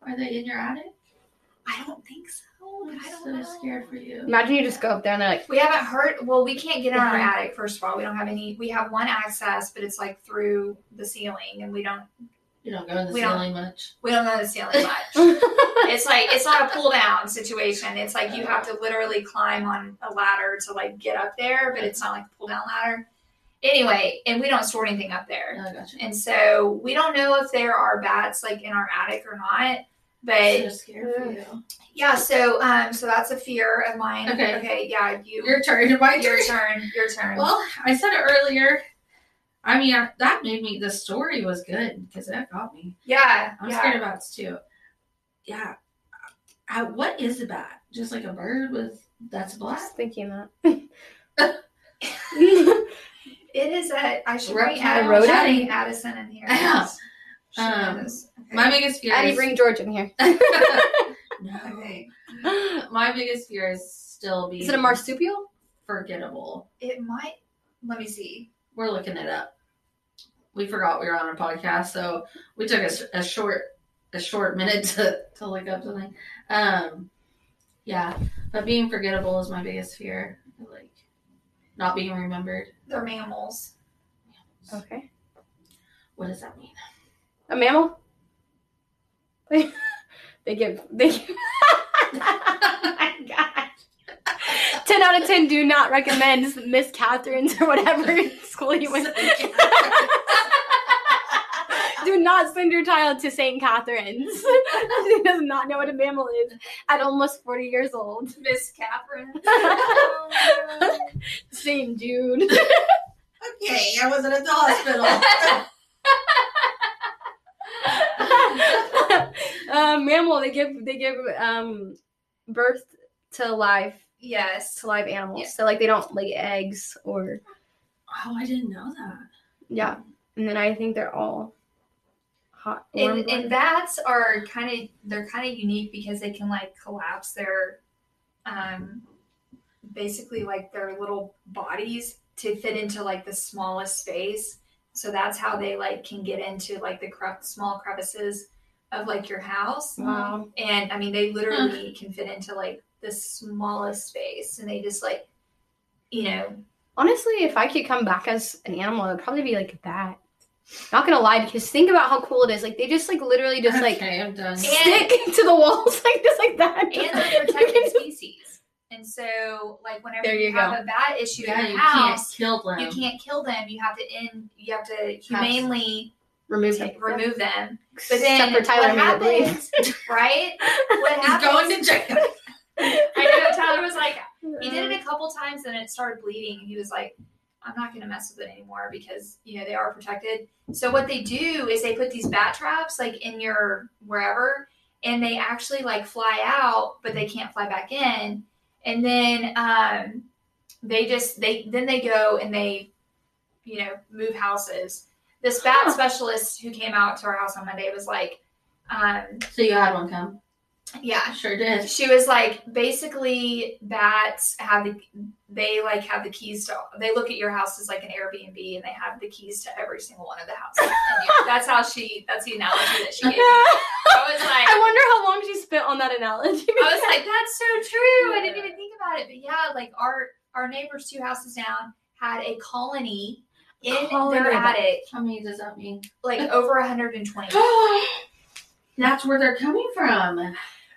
Speaker 1: are they in your attic?
Speaker 2: I don't think so. but
Speaker 1: I'm
Speaker 2: I don't
Speaker 1: so
Speaker 2: know.
Speaker 1: scared for you.
Speaker 3: Imagine you just go up there and they're like,
Speaker 2: We haven't heard. Well, we can't get in our
Speaker 3: Mhm.
Speaker 2: attic. First of all, we don't have any. We have one access, but it's like through the ceiling, and we don't.
Speaker 1: You don't go in the
Speaker 2: We don't-
Speaker 1: ceiling much.
Speaker 2: We don't know the ceiling much. it's like it's not a pull down situation. It's like you have to literally climb on a ladder to like get up there, but it's not like a pull down ladder. Anyway, and we don't store anything up there.
Speaker 1: Oh, I got you.
Speaker 2: And so we don't know if there are bats like in our attic or not. But
Speaker 1: I'm so scared for you.
Speaker 2: yeah, so um so that's a fear of mine.
Speaker 1: Okay.
Speaker 2: yeah, you
Speaker 1: Your turn. My turn.
Speaker 2: your turn, your turn.
Speaker 1: Well, I said it earlier. I mean, I, that made me. The story was good because that got me.
Speaker 2: yeah,
Speaker 1: I'm
Speaker 2: yeah.
Speaker 1: scared of bats too. Yeah. I, what is a bat? Just like a bird with that's black.
Speaker 3: just thinking that.
Speaker 2: It is a I should
Speaker 1: Right,
Speaker 2: bring
Speaker 1: I
Speaker 2: Addison,
Speaker 3: wrote it.
Speaker 2: Addison in here.
Speaker 1: Yeah.
Speaker 2: She
Speaker 1: Um,
Speaker 2: knows. Okay.
Speaker 1: My biggest fear.
Speaker 3: Addie,
Speaker 1: is,
Speaker 3: bring George in here.
Speaker 1: no.
Speaker 2: Okay.
Speaker 1: My biggest fear is still being
Speaker 3: Is it a marsupial?
Speaker 1: forgettable.
Speaker 2: It might let me see.
Speaker 1: We're looking it up. We forgot we were on a podcast, so we took a, s- a short a short minute to to look up something. Um, yeah, but being forgettable is my biggest fear. Like not being remembered.
Speaker 2: They're mammals.
Speaker 3: Okay.
Speaker 1: What does that mean?
Speaker 3: A mammal? They, they give. They give oh my gosh. 10 out of 10 do not recommend Miss Catherine's or whatever school you went to. Do not send your child to St. Catherine's. she does not know what a mammal is at almost 40 years old.
Speaker 2: Miss Catherine. Oh,
Speaker 3: St. Jude.
Speaker 1: Okay, I wasn't at the hospital.
Speaker 3: uh, mammal, they give they give um, birth to live
Speaker 2: yes.
Speaker 3: to live animals.
Speaker 2: Yeah.
Speaker 3: So like they don't lay eggs or
Speaker 1: oh, I didn't know that.
Speaker 3: yeah. And then I think they're all hot. warm
Speaker 2: And, and
Speaker 3: blooded.
Speaker 2: bats are kind of they're kind of unique because they can like collapse their, um, basically like their little bodies to fit into like the smallest space. So that's how they like can get into like the cre- small crevices of like your house.
Speaker 3: wow.
Speaker 2: And I mean, they literally can fit into like the smallest space, and they just like, you know,
Speaker 3: Honestly, if I could come back as an animal, it'd probably be like a bat. Not gonna lie, because think about how cool it is. Like they just like literally just like
Speaker 1: okay, I'm done.
Speaker 3: stick to the walls like just like that.
Speaker 2: and they're a protected species. And so, like, whenever
Speaker 3: There
Speaker 2: you,
Speaker 3: you
Speaker 2: have a bat issue
Speaker 1: Yeah,
Speaker 2: in your
Speaker 1: you can't
Speaker 2: house,
Speaker 1: kill them.
Speaker 2: you can't kill them. You have to end. You have to humanely
Speaker 3: Remove
Speaker 2: ta-
Speaker 3: it.
Speaker 2: remove them. But
Speaker 3: Except
Speaker 2: then
Speaker 3: for Tyler
Speaker 2: what
Speaker 3: made it
Speaker 2: happens, right? What
Speaker 1: He's
Speaker 2: happens?
Speaker 1: going to jail.
Speaker 2: I know Tyler was like,
Speaker 3: leave.
Speaker 2: he did it a couple times, and it started bleeding. And he was like, "I'm not going to mess with it anymore because you know they are protected." So what they do is they put these bat traps like in your wherever, and they actually like fly out, but they can't fly back in. And then um, they just they then they go and they, you know, move houses. This bat
Speaker 3: Huh.
Speaker 2: specialist who came out to our house on Monday was like, um,
Speaker 1: So you had one come.
Speaker 2: "Yeah,
Speaker 1: I sure did.
Speaker 2: she was like basically bats have the they like have the keys to they look at your house as like an airbnb and they have the keys to every single one of the houses And you- that's how she that's the analogy that she gave me. i was
Speaker 3: I
Speaker 2: like
Speaker 3: wonder how long she spent on that analogy.
Speaker 2: i was like that's so true i didn't even think about it but yeah like our our neighbors two houses down had a colony in
Speaker 3: Colony
Speaker 2: their
Speaker 3: of bats.
Speaker 2: attic
Speaker 1: How many does that mean?
Speaker 2: like over 120
Speaker 1: That's where they're coming from.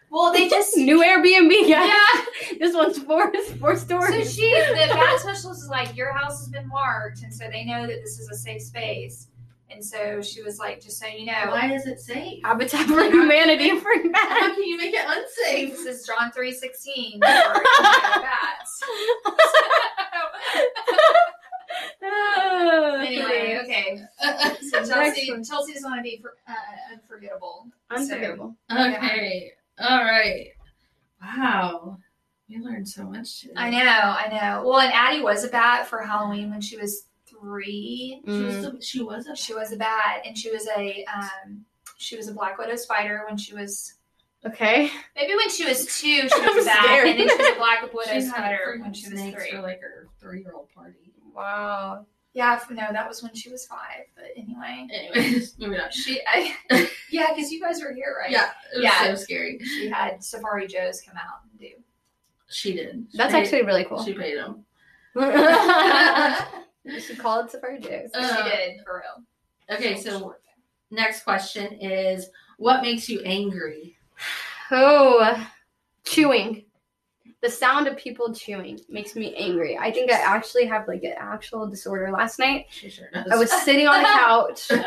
Speaker 2: well they just
Speaker 3: new Airbnb, guys.
Speaker 2: yeah
Speaker 3: This one's four four
Speaker 2: So
Speaker 3: stories.
Speaker 2: she, the bat specialist, is like, your house has been marked, and so they know that this is a safe space. And so she was like, just so you know,
Speaker 1: Why is it safe?
Speaker 3: Habitat for Humanity for bats.
Speaker 1: How can you make it
Speaker 2: this
Speaker 1: unsafe?
Speaker 2: is John three sixteen for you know, bats. anyway, okay. So Chelsea,
Speaker 3: Excellent.
Speaker 2: Chelsea's want to be for, uh, unforgettable.
Speaker 3: unforgettable.
Speaker 1: Okay. All right. Wow. We learned so much today.
Speaker 2: I know, I know. Well, and Addie was a bat for Halloween when she was three.
Speaker 3: Mm.
Speaker 1: She was, a, she was a
Speaker 2: She was a bat, and she was a um, she was a black widow spider when she was
Speaker 3: Okay.
Speaker 2: Maybe when she was two, she was
Speaker 3: I'm
Speaker 2: that,
Speaker 3: scared.
Speaker 2: and then she was a black widow
Speaker 1: She's had
Speaker 2: sweater
Speaker 1: her
Speaker 2: when she was
Speaker 1: snakes
Speaker 2: three.
Speaker 1: for like her three year old party.
Speaker 3: Wow.
Speaker 2: Yeah, f- no, that was when she was five. But anyway,
Speaker 1: Anyways, moving on.
Speaker 2: she, I, yeah, because you guys were here, right?
Speaker 1: Yeah, it was
Speaker 2: Yeah.
Speaker 1: so scary.
Speaker 2: She had Safari Joe's come out and do.
Speaker 1: She did. She
Speaker 3: That's
Speaker 1: paid-
Speaker 3: actually really cool.
Speaker 1: She paid him.
Speaker 2: Uh-huh.
Speaker 3: you should call it Safari Joe's.
Speaker 1: Uh,
Speaker 2: she did for real.
Speaker 1: Okay,
Speaker 2: She was
Speaker 1: so
Speaker 2: short.
Speaker 1: next question is what makes you angry?
Speaker 3: Oh, chewing. The sound of people chewing makes me angry. I think I actually have like an actual disorder. Last night,
Speaker 1: She sure knows.
Speaker 3: I was sitting on a couch.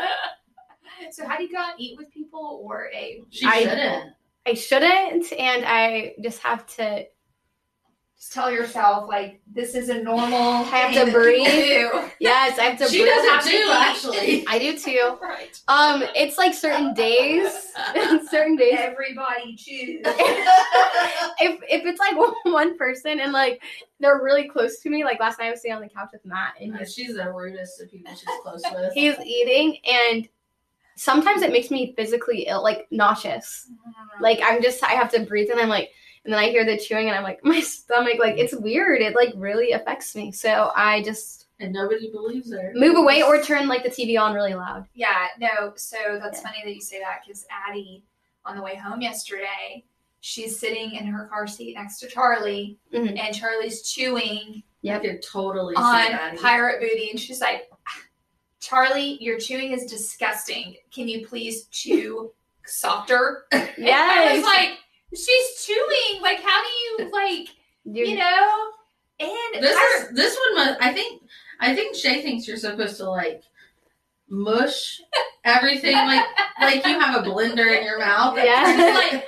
Speaker 2: So how do you go out and eat with people or a?
Speaker 1: she
Speaker 3: I-
Speaker 1: shouldn't.
Speaker 3: I shouldn't, and I just have to.
Speaker 2: Just tell yourself like this is a normal. I
Speaker 3: have to breathe. Yes, I have to.
Speaker 1: She
Speaker 3: breathe.
Speaker 1: doesn't do actually.
Speaker 3: I do too.
Speaker 2: Right.
Speaker 3: Um, it's like certain days. certain days.
Speaker 2: Everybody choose.
Speaker 3: if if it's like one person and like they're really close to me, like last night I was sitting on the couch with Matt and
Speaker 1: Uh,
Speaker 3: he's
Speaker 1: She's the rudest of people she's close with.
Speaker 3: he's eating and sometimes it makes me physically ill, like nauseous. Like I'm just I have to breathe and I'm like and then I hear the chewing and I'm like my stomach like it's weird. It like really affects me. So I just
Speaker 1: and nobody believes her.
Speaker 3: move away or turn like the TV on really loud.
Speaker 2: Yeah, no. So that's
Speaker 3: Yeah.
Speaker 2: funny that you say that because Addie, on the way home yesterday, she's sitting in her car seat next to Charlie,
Speaker 3: Mhm.
Speaker 2: and Charlie's chewing
Speaker 1: I could totally see
Speaker 2: on
Speaker 1: that.
Speaker 2: pirate booty, and she's like, "Charlie, your chewing is disgusting. Can you please chew softer?" And I was
Speaker 3: Yes.
Speaker 2: like, "She's chewing. Like, how do you like,
Speaker 3: Dude,
Speaker 2: you know?" And
Speaker 1: This
Speaker 2: pirate-
Speaker 1: is this one was I think I think Shay thinks you're supposed to like mush everything like like you have a blender in your mouth.
Speaker 3: Yeah.
Speaker 2: like,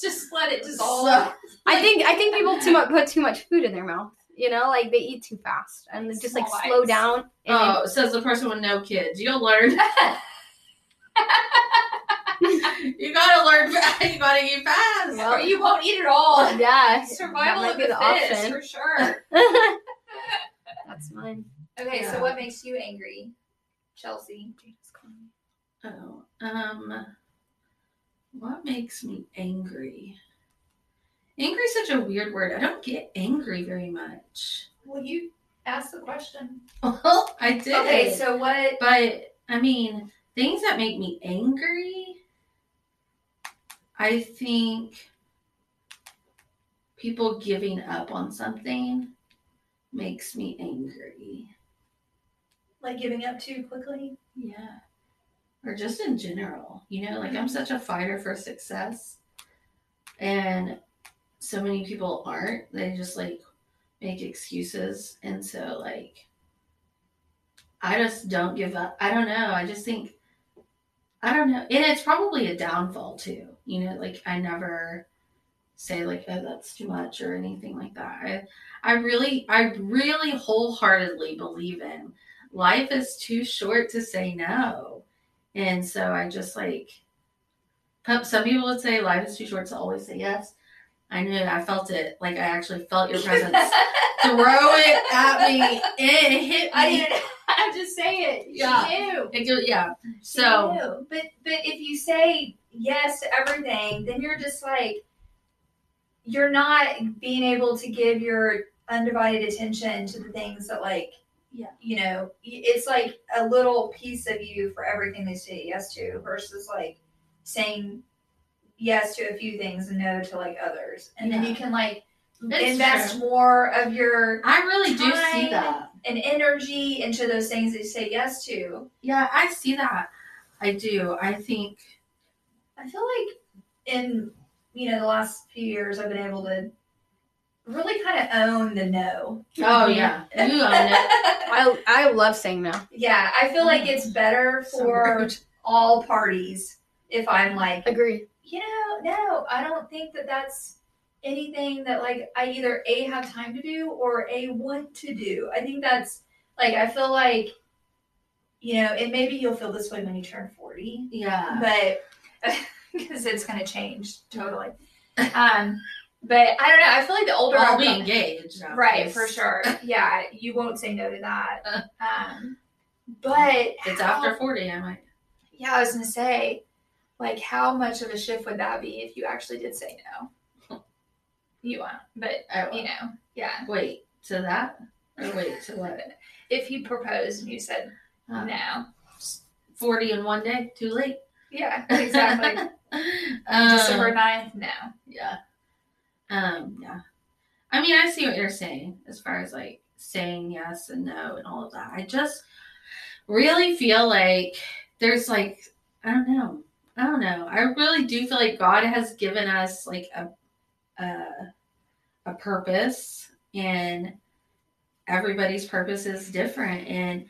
Speaker 2: just let it dissolve.
Speaker 1: So-
Speaker 3: I think I think people too much put too much food in their mouth. You know, like they eat too fast and they just like
Speaker 2: Small
Speaker 3: slow
Speaker 2: bites.
Speaker 3: down. And
Speaker 1: Oh, says the person with no kids. You'll learn. you gotta learn. fa- You gotta eat fast.
Speaker 3: Well-
Speaker 2: or you won't eat at all.
Speaker 3: yeah,
Speaker 2: Oh. Survival
Speaker 3: that
Speaker 2: of
Speaker 3: might
Speaker 2: the,
Speaker 3: be the
Speaker 2: fittest,
Speaker 3: option.
Speaker 2: for sure.
Speaker 3: That's mine.
Speaker 2: Okay,
Speaker 1: Yeah.
Speaker 2: so what makes you angry, Chelsea?
Speaker 1: Oh, um, what makes me angry? Angry is such a weird word. I don't get angry very much.
Speaker 2: Well, you asked the question.
Speaker 1: Well, I did.
Speaker 2: Okay, so what?
Speaker 1: But I mean, things that make me angry, I think people giving up on something makes me angry.
Speaker 2: Like giving up too quickly?
Speaker 1: Yeah. Or just in general, you know, like I'm such a fighter for success. And so many people aren't. They just like make excuses. And so, like, I just don't give up. I don't know. I just think, I don't know. And it's probably a downfall too. You know, like I never say like, oh, that's too much or anything like that. I, I really, I really wholeheartedly believe in life is too short to say no. And so I just like, some people would say life is too short to always say yes. I knew I felt it. Like I actually felt your presence throw it at me. It hit
Speaker 2: I
Speaker 1: me.
Speaker 2: didn't have to say it.
Speaker 1: Yeah.
Speaker 2: She knew.
Speaker 1: It go- yeah.
Speaker 2: She
Speaker 1: So
Speaker 2: knew. but but if you say yes to everything, then you're just like you're not being able to give your undivided attention to the things that like
Speaker 1: Yeah.
Speaker 2: you know y- it's like a little piece of you for everything they say yes to versus like saying yes to a few things and no to like others and then
Speaker 1: Yeah.
Speaker 2: you can like
Speaker 1: It's
Speaker 2: invest more of your
Speaker 1: I really do see
Speaker 2: Time.
Speaker 1: that.
Speaker 2: and energy into those things that you say yes to
Speaker 1: Yeah, I see that. I do. I think
Speaker 2: I feel like in you know the last few years I've been able to really kind of own the no.
Speaker 1: Oh yeah. You own it.
Speaker 3: I I love saying no.
Speaker 2: Yeah, I feel like it's better
Speaker 1: Mm. So
Speaker 2: for
Speaker 1: rude.
Speaker 2: all parties if I'm like,
Speaker 3: Agree.
Speaker 2: you know, no, I don't think that that's anything that like I either a have time to do or a want to do. I think that's like I feel like you know, and maybe you'll feel this way when you turn 40.
Speaker 1: Yeah.
Speaker 2: but because it's going to change totally. Um, but I don't know. I feel like the older
Speaker 1: Or
Speaker 2: I've
Speaker 1: we
Speaker 2: gotten-
Speaker 1: engaged. now,
Speaker 2: right
Speaker 1: yes.
Speaker 2: for sure. Yeah, you won't say no to that.
Speaker 1: Uh.
Speaker 2: Um, but
Speaker 1: It's after forty. I might.
Speaker 2: Yeah, I was going to say. Like, how much of a shift would that be if you actually did say no? You won't, but
Speaker 1: I
Speaker 2: you
Speaker 1: will.
Speaker 2: know, yeah.
Speaker 1: Wait to that or wait to what?
Speaker 2: If you proposed and you said
Speaker 1: Uh,
Speaker 2: no,
Speaker 1: Forty in one day, too late.
Speaker 2: yeah, exactly.
Speaker 1: um,
Speaker 2: December 9th, no.
Speaker 1: Yeah. Um, yeah. I mean, I see what you're saying as far as like saying yes and no and all of that. I just really feel like there's like, I don't know. I don't know. I really do feel like God has given us like a a, a purpose and everybody's purpose is different and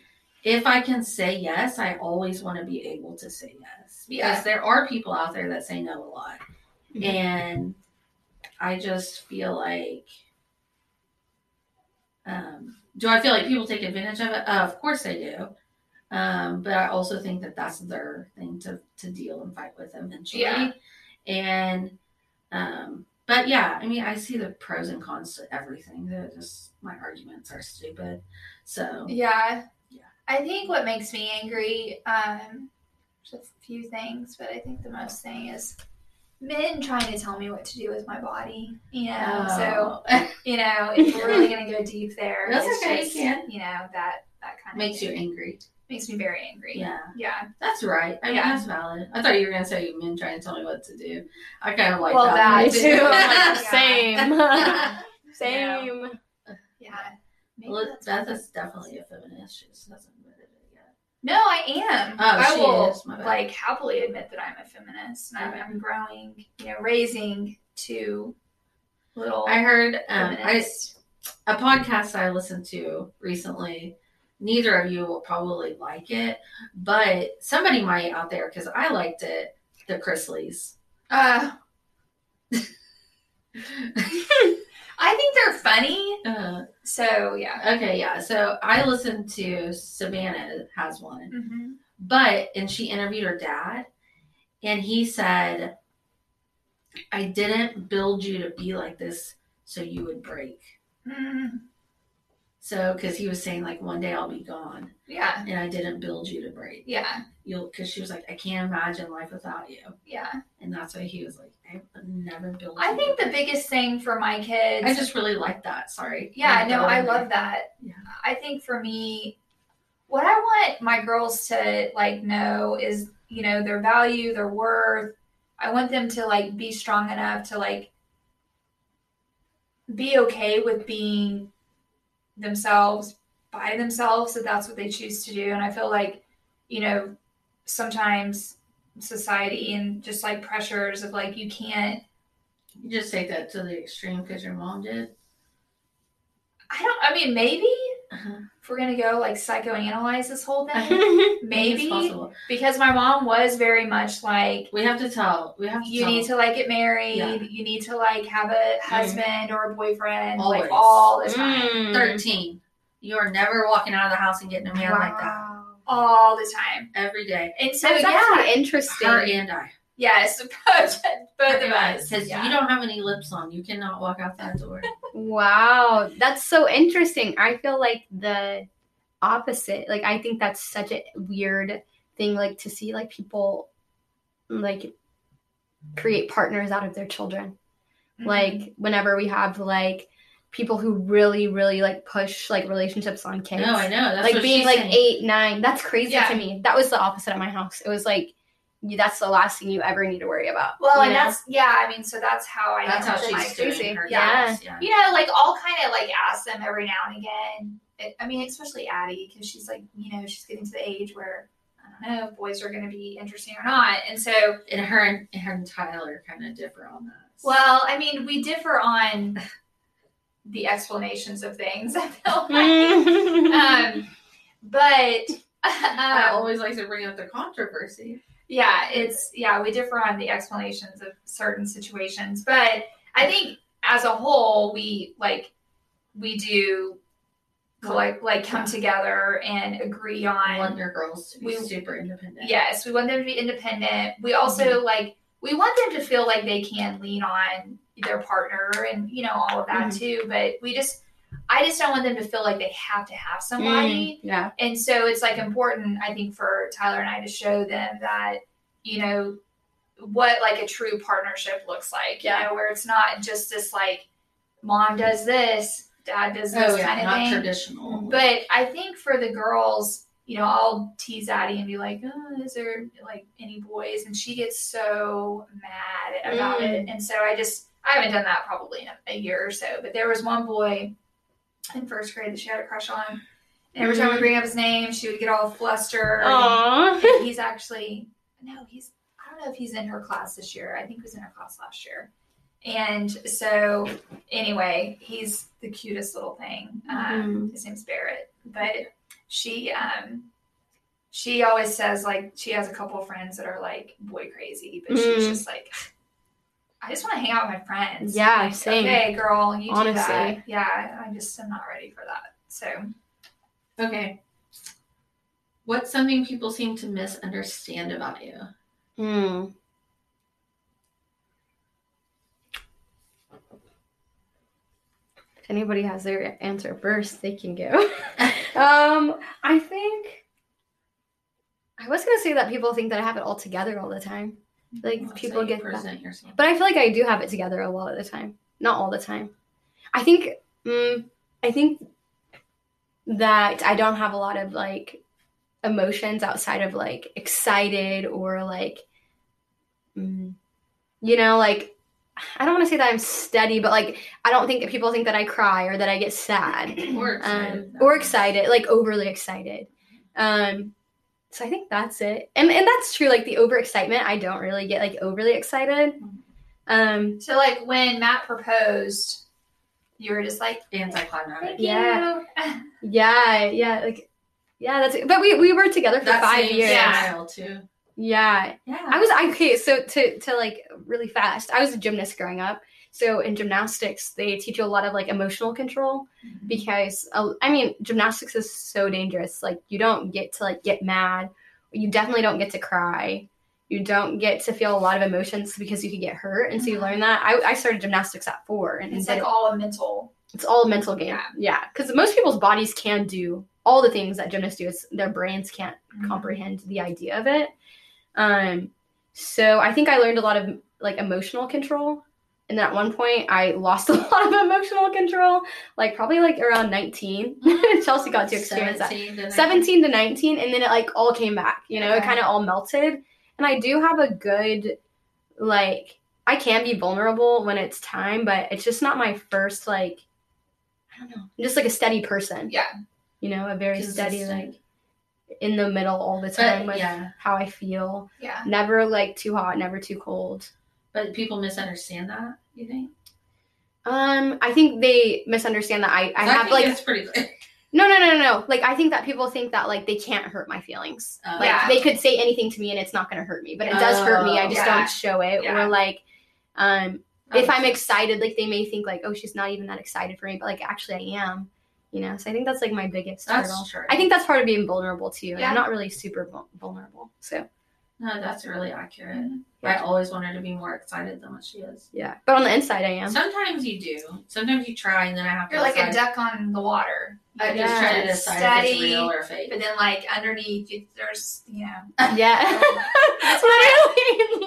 Speaker 1: if I can say yes, I always want to be able to say yes because
Speaker 2: Yeah.
Speaker 1: there are people out there that say no a lot and I just feel like, um, do I feel like people take advantage of it? Uh, of course they do, um, but I also think that that's their thing to to deal and fight with eventually.
Speaker 2: Yeah.
Speaker 1: And, um, but yeah, I mean, I see the pros and cons to everything. They're just my arguments are stupid. So
Speaker 2: Yeah.
Speaker 1: Oh. Yeah.
Speaker 2: I think what makes me angry, um, there's a few things, but I think the most thing is men trying to tell me what to do with my body. You know, so
Speaker 1: Oh.
Speaker 2: you know, if we're really gonna go deep there,
Speaker 1: That's
Speaker 2: it's
Speaker 1: okay, you
Speaker 2: just,
Speaker 1: can.
Speaker 2: You know that that kind of
Speaker 1: makes you
Speaker 2: thing
Speaker 1: angry.
Speaker 2: makes me very angry.
Speaker 1: Yeah.
Speaker 2: Yeah.
Speaker 1: That's right. I mean,
Speaker 2: Yeah.
Speaker 1: that's valid. I thought you were gonna say men trying to tell me what to do. I kind of like
Speaker 2: Well,
Speaker 1: that.
Speaker 2: that
Speaker 1: one
Speaker 3: Me
Speaker 2: too.
Speaker 3: too.
Speaker 2: Oh
Speaker 3: I'm
Speaker 2: my
Speaker 3: like, Same.
Speaker 2: yeah.
Speaker 3: Same.
Speaker 2: Yeah. Maybe
Speaker 1: Well,
Speaker 2: that's
Speaker 1: Beth
Speaker 2: what-
Speaker 1: is definitely a feminist. She just hasn't admitted it yet.
Speaker 2: No, I am.
Speaker 1: Oh,
Speaker 2: I
Speaker 1: she
Speaker 2: will
Speaker 1: is. My bad.
Speaker 2: like happily admit that I'm a feminist and I'm, I'm growing, you know, raising two little
Speaker 1: I heard um, I,
Speaker 2: feminists.
Speaker 1: a podcast I listened to recently. Neither of you will probably like it, but somebody might out there because I liked it. The Chrisleys.
Speaker 2: Uh, I think they're funny.
Speaker 1: Uh,
Speaker 2: So yeah.
Speaker 1: okay, yeah. So I listened to Savannah has one,
Speaker 2: Mm-hmm.
Speaker 1: But, and she interviewed her dad, and he said, I didn't build you to be like this so you would break.
Speaker 2: Mm,
Speaker 1: So, because he was saying, like, one day I'll be gone,
Speaker 2: yeah.
Speaker 1: and I didn't build you to break.
Speaker 2: Yeah.
Speaker 1: You'll, because she was like, I can't imagine life without you.
Speaker 2: Yeah.
Speaker 1: And that's why he was like, I never built
Speaker 2: I
Speaker 1: you
Speaker 2: think
Speaker 1: to
Speaker 2: the
Speaker 1: break."
Speaker 2: biggest thing for my kids.
Speaker 1: I just really like that. Sorry.
Speaker 2: yeah. No,
Speaker 1: that
Speaker 2: I
Speaker 1: in
Speaker 2: love that.
Speaker 1: Yeah.
Speaker 2: I think for me, what I want my girls to like know is you know their value, their worth. I want them to like be strong enough to like be okay with being themselves by themselves if that's what they choose to do. And I feel like, you know, sometimes society and just like pressures of like you can't
Speaker 1: there. You just take that to the extreme because your mom did.
Speaker 2: I don't I mean maybe
Speaker 1: Uh-huh.
Speaker 2: if we're gonna go like psychoanalyze this whole
Speaker 1: I think
Speaker 2: thing.
Speaker 1: It's
Speaker 2: maybe
Speaker 1: possible.
Speaker 2: because my mom was very much like
Speaker 1: We have to tell. We have to
Speaker 2: you
Speaker 1: tell
Speaker 2: need to like get married,
Speaker 1: Yeah. Mm.
Speaker 2: you need to like have a husband or a boyfriend,
Speaker 1: Always.
Speaker 2: like all the time.
Speaker 3: Mm.
Speaker 1: 13. Mm-hmm. You are never walking out of the house and getting a man like that
Speaker 2: All the time.
Speaker 1: every day.
Speaker 2: And so
Speaker 3: That's
Speaker 2: yeah,
Speaker 3: actually interesting.
Speaker 1: Her and I.
Speaker 2: yes, both, both of us.
Speaker 1: Because
Speaker 2: Yeah.
Speaker 1: you don't have any lips on. You cannot walk out that door.
Speaker 3: Wow, that's so interesting. I feel like the opposite. Like I think that's such a weird thing like to see like people like create partners out of their children.
Speaker 2: Mm-hmm.
Speaker 3: Like whenever we have like people who really really like push like relationships on kids.
Speaker 2: Oh,
Speaker 1: no, I know. That's
Speaker 3: like
Speaker 1: what
Speaker 3: being
Speaker 1: she's
Speaker 3: like
Speaker 1: saying.
Speaker 3: eight, nine. That's crazy
Speaker 2: Yeah.
Speaker 3: to me. That was the opposite at my house. It was like you, that's the last thing you ever need to worry about.
Speaker 2: Well,
Speaker 3: you
Speaker 2: and
Speaker 3: know?
Speaker 2: that's yeah. I mean, so that's how I
Speaker 1: That's how
Speaker 2: handle my
Speaker 1: she's doing
Speaker 2: crazy.
Speaker 1: her
Speaker 3: Yeah.
Speaker 1: dance, yeah.
Speaker 2: You know, like I'll kind of like ask them every now and again. It, I mean, especially Addie, because she's like, you know, she's getting to the age where I don't know, boys are going to be interesting or not. And so,
Speaker 1: And her and, her and Tyler kind of differ on that.
Speaker 2: well, I mean, we differ on the explanations of things. I feel like,
Speaker 1: Uh,
Speaker 3: um,
Speaker 2: um, but
Speaker 1: I
Speaker 2: um,
Speaker 1: always like to bring up the controversy.
Speaker 2: yeah it's yeah we differ on the explanations of certain situations but i think as a whole we like we do like like come together and agree
Speaker 1: I want
Speaker 2: on
Speaker 1: your girls to be
Speaker 2: We-
Speaker 1: super independent.
Speaker 2: yes we want them to be independent we
Speaker 1: Mm-hmm.
Speaker 2: also like we want them to feel like they can lean on their partner and you know all of
Speaker 1: Mm-hmm.
Speaker 2: that too but we just i just don't want them to feel like they have to have somebody
Speaker 1: Mm.
Speaker 3: yeah.
Speaker 2: and so it's like important, I think, for Tyler and I to show them that, you know, what like a true partnership looks like. You know, where it's not just this like mom does this, dad does this
Speaker 1: Oh, yeah,
Speaker 2: kind of
Speaker 1: not
Speaker 2: thing.
Speaker 1: traditional.
Speaker 3: Mm-hmm.
Speaker 2: But I think for the girls, you know, I'll tease Addie and be like, oh, is there like any boys? And she gets so mad about
Speaker 3: Mm.
Speaker 2: it. And so I just, I haven't done that probably in a, a year or so. But there was one boy in first grade that she had a crush on. And every time
Speaker 3: Mhm.
Speaker 2: we bring up his name, she would get all flustered.
Speaker 3: Aww.
Speaker 2: And he's actually, no, he's, I don't know if he's in her class this year. I think he was in her class last year. And so, anyway, he's the cutest little thing. Um,
Speaker 3: Mm-hmm.
Speaker 2: his name's Barrett, but she um she always says like she has a couple of friends that are like boy crazy, but she's
Speaker 3: Mm.
Speaker 2: just like I just want to hang out with my friends.
Speaker 3: Yeah,
Speaker 2: like,
Speaker 3: same.
Speaker 2: Okay, girl, you do
Speaker 3: Honestly.
Speaker 2: that. Yeah, I just am not ready for that. So
Speaker 1: Okay. What's something people seem to misunderstand about you?
Speaker 3: Mm. If anybody has their answer first, they can go. um, I think I was gonna say that people think that I have it all together all the time, Like,
Speaker 1: Well,
Speaker 3: people
Speaker 1: so you
Speaker 3: get that.
Speaker 1: present yourself.
Speaker 3: but I feel like I do have it together a lot of the time. Not all the time. I think. Mm, I think that I don't have a lot of like emotions outside of like excited or like, mm, you know, like I don't want to say that I'm steady, but like I don't think people think that I cry or that I get sad
Speaker 1: or excited.
Speaker 3: um, or excited, like overly excited. Um, so I think that's it, and and that's true. Like the overexcitement, I don't really get like overly excited. Um,
Speaker 2: so like when Matt proposed, you were just like
Speaker 1: Anticlimactic.
Speaker 2: Thank
Speaker 3: Yeah.
Speaker 2: you.
Speaker 3: yeah, yeah, like yeah, that's. But we we were together for
Speaker 1: That
Speaker 3: five
Speaker 1: same
Speaker 3: years.
Speaker 2: Yeah.
Speaker 1: style, too.
Speaker 3: yeah,
Speaker 1: Yeah.
Speaker 3: I was I- okay. So to to like really fast, I was a gymnast growing up. So in gymnastics, they teach you a lot of like emotional control because uh, I mean, gymnastics is so dangerous. Like you don't get to like get mad. You definitely don't get to cry. You don't get to feel a lot of emotions because you could get hurt. And so you learn that. I, I started gymnastics at four, and
Speaker 2: It's
Speaker 3: did
Speaker 2: like
Speaker 3: it-
Speaker 2: all a mental.
Speaker 3: it's all a mental game.
Speaker 2: Yeah.
Speaker 3: Yeah, because most people's bodies can do all the things that gymnasts do. It's their brains can't
Speaker 2: Mm-hmm.
Speaker 3: comprehend the idea of it. Um, so I think I learned a lot of like emotional control. And then at one point, I lost a lot of emotional control, like probably like around 19. Chelsea got to experience that.
Speaker 1: 17 to
Speaker 3: 17 to 19. And then it like all came back, you know, it
Speaker 2: Okay.
Speaker 3: kind of all melted. And I do have a good, like, I can be vulnerable when it's time, but it's just not my first, like, I don't know. I'm just like a steady person.
Speaker 2: Yeah.
Speaker 3: You know, a very steady,
Speaker 1: Consistent.
Speaker 3: like, in the middle all the time
Speaker 1: But
Speaker 3: with
Speaker 1: yeah,
Speaker 3: how I feel.
Speaker 2: Yeah.
Speaker 3: Never like too hot, never too cold.
Speaker 1: but people misunderstand that. You think?
Speaker 3: Um, I think they misunderstand that I, I
Speaker 1: So
Speaker 3: have
Speaker 1: think
Speaker 3: like
Speaker 1: it's pretty clear.
Speaker 3: no no no no no. like I think that people think that like they can't hurt my feelings.
Speaker 1: Oh.
Speaker 3: like
Speaker 2: Yeah.
Speaker 3: they could say anything to me and it's not gonna hurt me, but it does hurt me. I just
Speaker 2: Yeah.
Speaker 3: don't show it.
Speaker 2: Yeah.
Speaker 3: Or like um
Speaker 1: Oh,
Speaker 3: if I'm excited, like they may think like, oh she's not even that excited for me, but like actually I am. You know, so I think that's like my biggest hurdle.
Speaker 1: that's true.
Speaker 3: I think that's part of being vulnerable too. and
Speaker 2: Yeah.
Speaker 3: I'm not really super vul- vulnerable. So
Speaker 1: no, that's really accurate. I
Speaker 3: Yeah.
Speaker 1: always want her to be more excited than what she is.
Speaker 3: yeah. But on the inside I am.
Speaker 1: Sometimes you do. Sometimes you try, and then I have to.
Speaker 2: You're like a
Speaker 1: decide.
Speaker 2: duck on the water.
Speaker 1: I
Speaker 2: You're
Speaker 1: just try to
Speaker 2: just
Speaker 1: decide if it's
Speaker 2: steady,
Speaker 1: real or fake.
Speaker 2: But then, like underneath, you, there's you know
Speaker 3: Yeah. literally,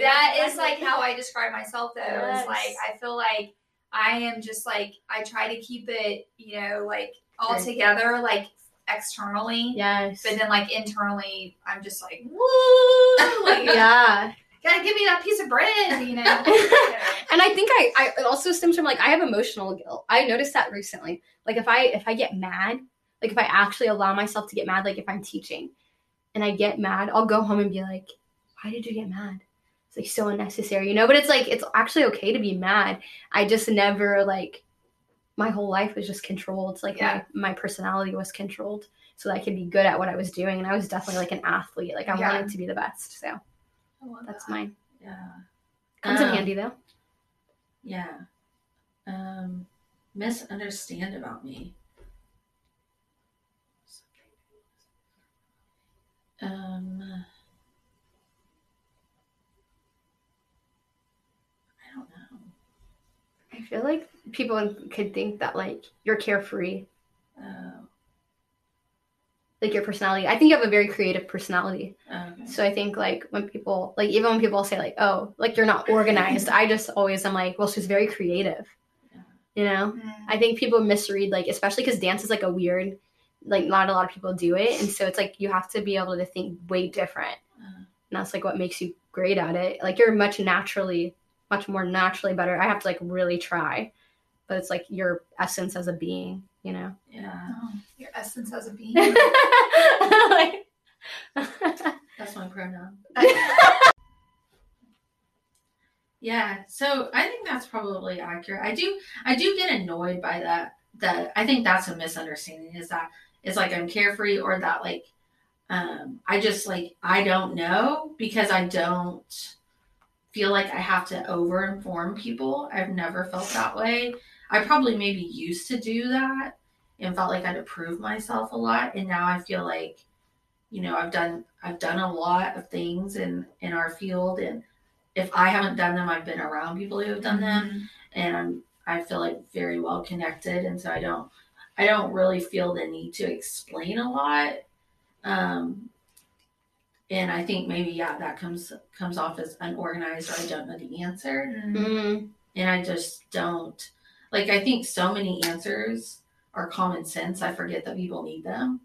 Speaker 2: that is like how I describe myself. Though
Speaker 3: Yes.
Speaker 2: is like I feel like I am just like I try to keep it you know like all
Speaker 1: Right.
Speaker 2: together like externally,
Speaker 3: Yes.
Speaker 2: but then like internally I'm just like woo, like,
Speaker 3: yeah.
Speaker 2: gotta give me that piece of bread, you know.
Speaker 3: And I think I, I it also stems from like I have emotional guilt. I noticed that recently. Like if I if I get mad, like if I actually allow myself to get mad, like if I'm teaching and I get mad, I'll go home and be like, Why did you get mad? It's like so unnecessary, you know, but it's like it's actually okay to be mad. I just never like my whole life was just controlled. Like
Speaker 2: Yeah.
Speaker 3: my, my personality was controlled so that I could be good at what I was doing. And I was definitely like an athlete. Like I
Speaker 2: Yeah.
Speaker 3: wanted to be the best. So
Speaker 2: I love
Speaker 3: that's
Speaker 2: that.
Speaker 3: mine.
Speaker 1: yeah.
Speaker 3: Comes in
Speaker 1: Um,
Speaker 3: handy though.
Speaker 1: Yeah. Um, misunderstand about me. Um, I don't know.
Speaker 3: I feel like people could think that like you're carefree.
Speaker 1: Oh.
Speaker 3: like your personality. I think you have a very creative personality.
Speaker 1: Okay.
Speaker 3: So I think like when people like even when people say like oh like you're not organized, I just always am like well she's very creative,
Speaker 1: Yeah.
Speaker 3: you know.
Speaker 2: mm-hmm.
Speaker 3: I think people misread like especially because dance is like a weird like not a lot of people do it, and so it's like you have to be able to think way different,
Speaker 1: Uh-huh.
Speaker 3: and that's like what makes you great at it. Like you're much naturally much more naturally better. I have to like really try, but it's like your essence as a being, you know.
Speaker 1: Yeah,
Speaker 2: Oh, your essence as a being.
Speaker 3: Like-
Speaker 1: that's my pronoun.
Speaker 2: That's-
Speaker 1: Yeah, so I think that's probably accurate. I do I do get annoyed by that that I think that's a misunderstanding is that it's like I'm carefree or that like um I just like I don't know because I don't feel like I have to over inform people. I've never felt that way. I probably maybe used to do that and felt like I had to prove myself a lot and now I feel like you know, I've done I've done a lot of things in in our field and if I haven't done them, I've been around people who have done them, and I'm I feel like very well connected, and so I don't I don't really feel the need to explain a lot. Um, and I think maybe yeah, that comes comes off as unorganized or I don't know the answer,
Speaker 2: Mm.
Speaker 3: Mm,
Speaker 1: and I just don't like. I think so many answers are common sense. I forget that people need them.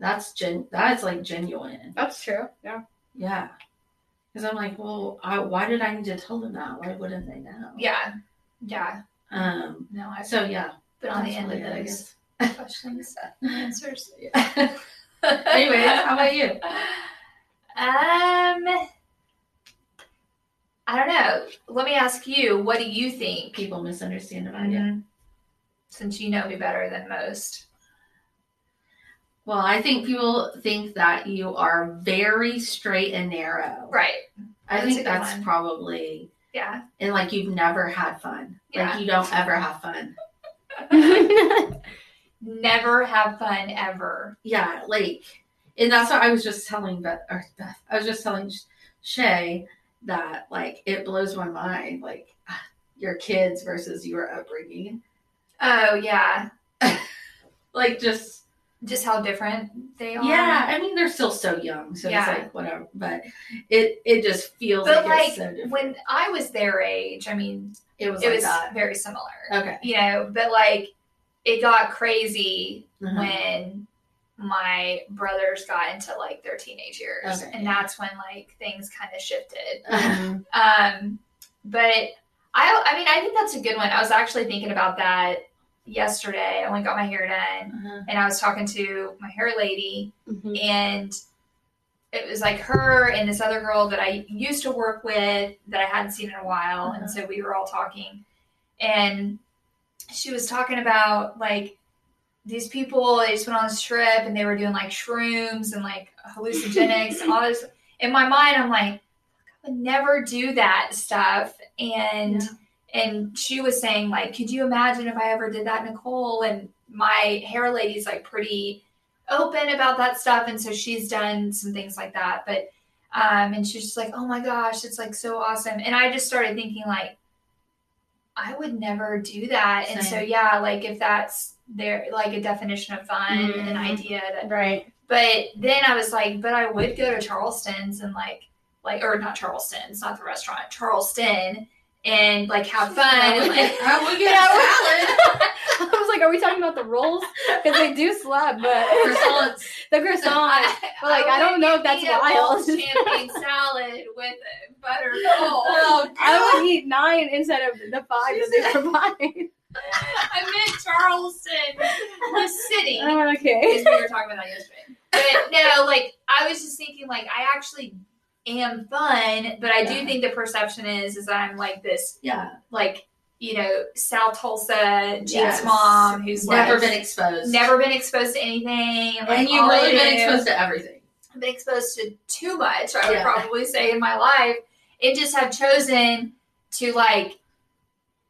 Speaker 1: That's gen. That's like genuine.
Speaker 3: that's true. Yeah.
Speaker 1: Yeah. Because I'm like, well, I, why did I need to tell them that? Why wouldn't they know?
Speaker 2: Yeah. Yeah.
Speaker 1: Um.
Speaker 2: No, I've
Speaker 1: So yeah.
Speaker 2: been on the
Speaker 1: that's
Speaker 2: end
Speaker 1: what
Speaker 2: of
Speaker 1: it
Speaker 2: those
Speaker 1: is.
Speaker 2: questions and answers.
Speaker 1: Anyways, how about you?
Speaker 2: Um, I don't know. Let me ask you. What do you think?
Speaker 1: People misunderstand about you.
Speaker 2: Since you know me better than most.
Speaker 1: Well, I think people think that you are very straight and narrow.
Speaker 2: Right.
Speaker 1: I
Speaker 2: That's a
Speaker 1: think
Speaker 2: good
Speaker 1: that's
Speaker 2: one.
Speaker 1: probably
Speaker 2: Yeah.
Speaker 1: and like you've never had fun.
Speaker 2: Yeah.
Speaker 1: Like you don't ever have fun.
Speaker 2: Never have fun ever.
Speaker 1: yeah, like, and that's what I was just telling Beth, or Beth, I was just telling Sh- Shay that, like, it blows my mind, like, ah, your kids versus your upbringing.
Speaker 2: Oh yeah.
Speaker 1: Like, just,
Speaker 2: Just how different they are.
Speaker 1: yeah, I mean, they're still so young, so
Speaker 2: Um, Yeah.
Speaker 1: it's like, whatever, but it it just feels
Speaker 2: But,
Speaker 1: like,
Speaker 2: like,
Speaker 1: it's so different.
Speaker 2: When I was their age, I mean,
Speaker 1: It was
Speaker 2: it
Speaker 1: like
Speaker 2: was
Speaker 1: that.
Speaker 2: very similar.
Speaker 1: Okay.
Speaker 2: You know, but like it got crazy
Speaker 1: Uh-huh.
Speaker 2: when my brothers got into like their teenage years
Speaker 1: Okay.
Speaker 2: and that's when like things kind of shifted
Speaker 1: Mhm.
Speaker 2: um but i i mean i think that's a good one i was actually thinking about that yesterday i went and got my hair done
Speaker 1: Uh-huh.
Speaker 2: and i was talking to my hair lady
Speaker 3: Mhm.
Speaker 2: and it was like her and this other girl that I used to work with that I hadn't seen in a while. And so we were all talking. And she was talking about like these people, they just went on this trip and they were doing like shrooms and like hallucinogenics and all this. In my mind, I'm like, I would never do that stuff. And and she was saying like could you imagine if i ever did that nicole and my hair lady's like pretty open about that stuff and so she's done some things like that but um and she's just like oh my gosh it's like so awesome and i just started thinking like i would never do that and so
Speaker 1: Same.
Speaker 2: yeah like if that's their like a definition of fun and an
Speaker 3: Mhm.
Speaker 2: idea that
Speaker 3: Right.
Speaker 2: but then I was like, but I would go to Charleston's and like, like, or not Charleston's, not the restaurant, Charleston, and like have fun.
Speaker 1: I would
Speaker 2: And, like,
Speaker 1: get, I would
Speaker 2: you
Speaker 1: get a
Speaker 2: know,
Speaker 3: I was like, are we talking about the rolls? Because they do slap, but
Speaker 1: salad. Croissants.
Speaker 3: the croissant. But like, I, don't
Speaker 2: would
Speaker 3: know if that's
Speaker 2: eat a bowl
Speaker 3: wild.
Speaker 2: of champagne salad with a butter roll.
Speaker 1: Oh,
Speaker 3: I would eat nine instead of the five that they provide.
Speaker 2: I meant Charleston, the city.
Speaker 3: Oh, okay.
Speaker 2: Because we were talking about that yesterday. But no, like I was just thinking, like I actually am fun, but I
Speaker 1: Yeah.
Speaker 2: do think the perception is is that I'm like this
Speaker 1: yeah,
Speaker 2: like you know South Tulsa Jake's
Speaker 1: Yes.
Speaker 2: mom who's
Speaker 1: never
Speaker 2: like,
Speaker 1: been exposed.
Speaker 2: never been exposed to anything like,
Speaker 1: and you've
Speaker 2: all I
Speaker 1: really been
Speaker 2: do-
Speaker 1: exposed to everything.
Speaker 2: been exposed to too much I would
Speaker 1: Yeah.
Speaker 2: probably say in my life and just have chosen to like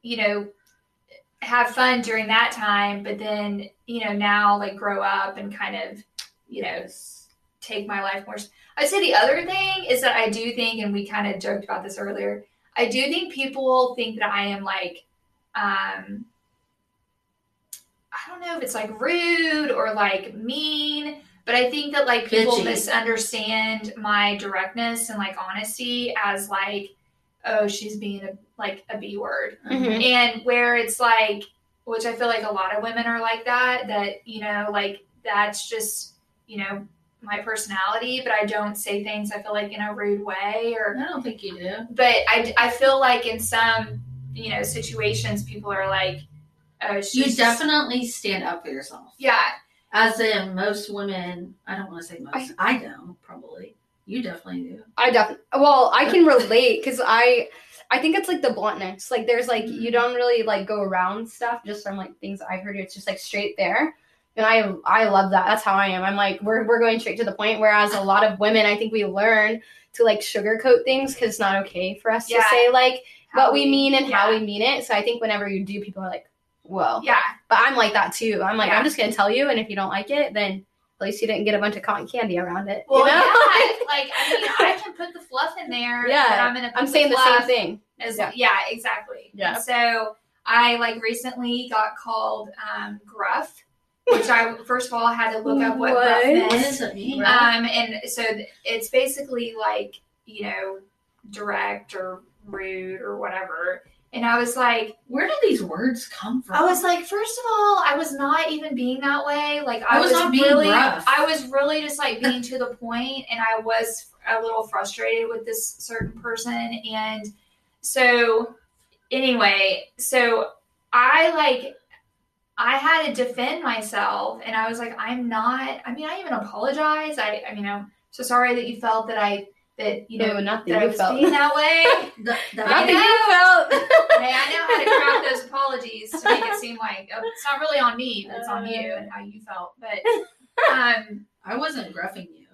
Speaker 2: you know have fun during that time but then you know now like grow up and kind of you know take my life more. I'd say the other thing is that I do think, and we kind of joked about this earlier, I do think people think that I am like, um, I don't know if it's like rude or like mean, But I think that like people
Speaker 1: Bitchy.
Speaker 2: misunderstand my directness and like honesty as like, oh, she's being a like a B word.
Speaker 1: Uh-huh. Mm-hmm.
Speaker 3: Mhm.
Speaker 2: And where it's like, which I feel like a lot of women are like that, that, you know, like that's just, you know, my personality, but I don't say things I feel like in a rude way or
Speaker 1: I don't think you do.
Speaker 2: but I, I feel like in some you know situations people are like oh she's
Speaker 1: You
Speaker 2: just-
Speaker 1: definitely stand up for yourself.
Speaker 2: yeah
Speaker 1: As in most women, I don't want to say most. I, don't probably. You definitely do.
Speaker 3: I definitely. Well, I can relate because I, I think it's like the bluntness. Like there's like
Speaker 2: Mm-hmm.
Speaker 3: you don't really like go around stuff just from like things I've heard. It's just like straight there, and I I love that. That's how I am. I'm like we're we're going straight to the point. Whereas a lot of women, I think we learn to like sugarcoat things because it's not okay for us to
Speaker 2: Yeah.
Speaker 3: say like
Speaker 2: How
Speaker 3: what we
Speaker 2: we-
Speaker 3: mean and how
Speaker 2: yeah.
Speaker 3: we mean it. So I think whenever you do, people are like, whoa.
Speaker 2: yeah
Speaker 3: But I'm like that too. I'm like
Speaker 2: Yeah.
Speaker 3: I'm just gonna tell you, and if you don't like it, then at least you didn't get a bunch of cotton candy around it.
Speaker 2: well
Speaker 3: you know?
Speaker 2: yeah like I mean I can put the fluff in there
Speaker 3: Yeah.
Speaker 2: but I'm gonna put
Speaker 3: I'm saying the
Speaker 2: fluff
Speaker 3: same thing.
Speaker 2: as
Speaker 3: Yeah.
Speaker 2: yeah, exactly
Speaker 3: Yeah.
Speaker 2: And so I like recently got called um, gruff which I first of all had to look up what, gruff
Speaker 3: What?
Speaker 1: What
Speaker 2: meant
Speaker 1: does it mean?
Speaker 2: Um, and so th- it's basically like, you know, direct or rude or whatever. And I was like,
Speaker 1: Where do these words come from?
Speaker 2: I was like, first of all, I was not even being that way. Like I,
Speaker 1: I was not being
Speaker 2: really,
Speaker 1: rough.
Speaker 2: I was really just like being to the point and I was a little frustrated with this certain person. And so anyway, so I like, I had to defend myself and I was like, I'm not, I mean, I even apologize. I, I mean, I'm so sorry that you felt that I, that, you know,
Speaker 3: No, nothing
Speaker 2: that I
Speaker 3: you
Speaker 2: was
Speaker 3: felt.
Speaker 2: being that way.
Speaker 1: The- the-
Speaker 2: I
Speaker 3: Nothing
Speaker 2: know.
Speaker 3: you felt.
Speaker 2: Hey, I know how to craft those apologies to make it seem like oh, it's not really on me, but it's on you and how you felt. But um,
Speaker 1: I wasn't gruffing you.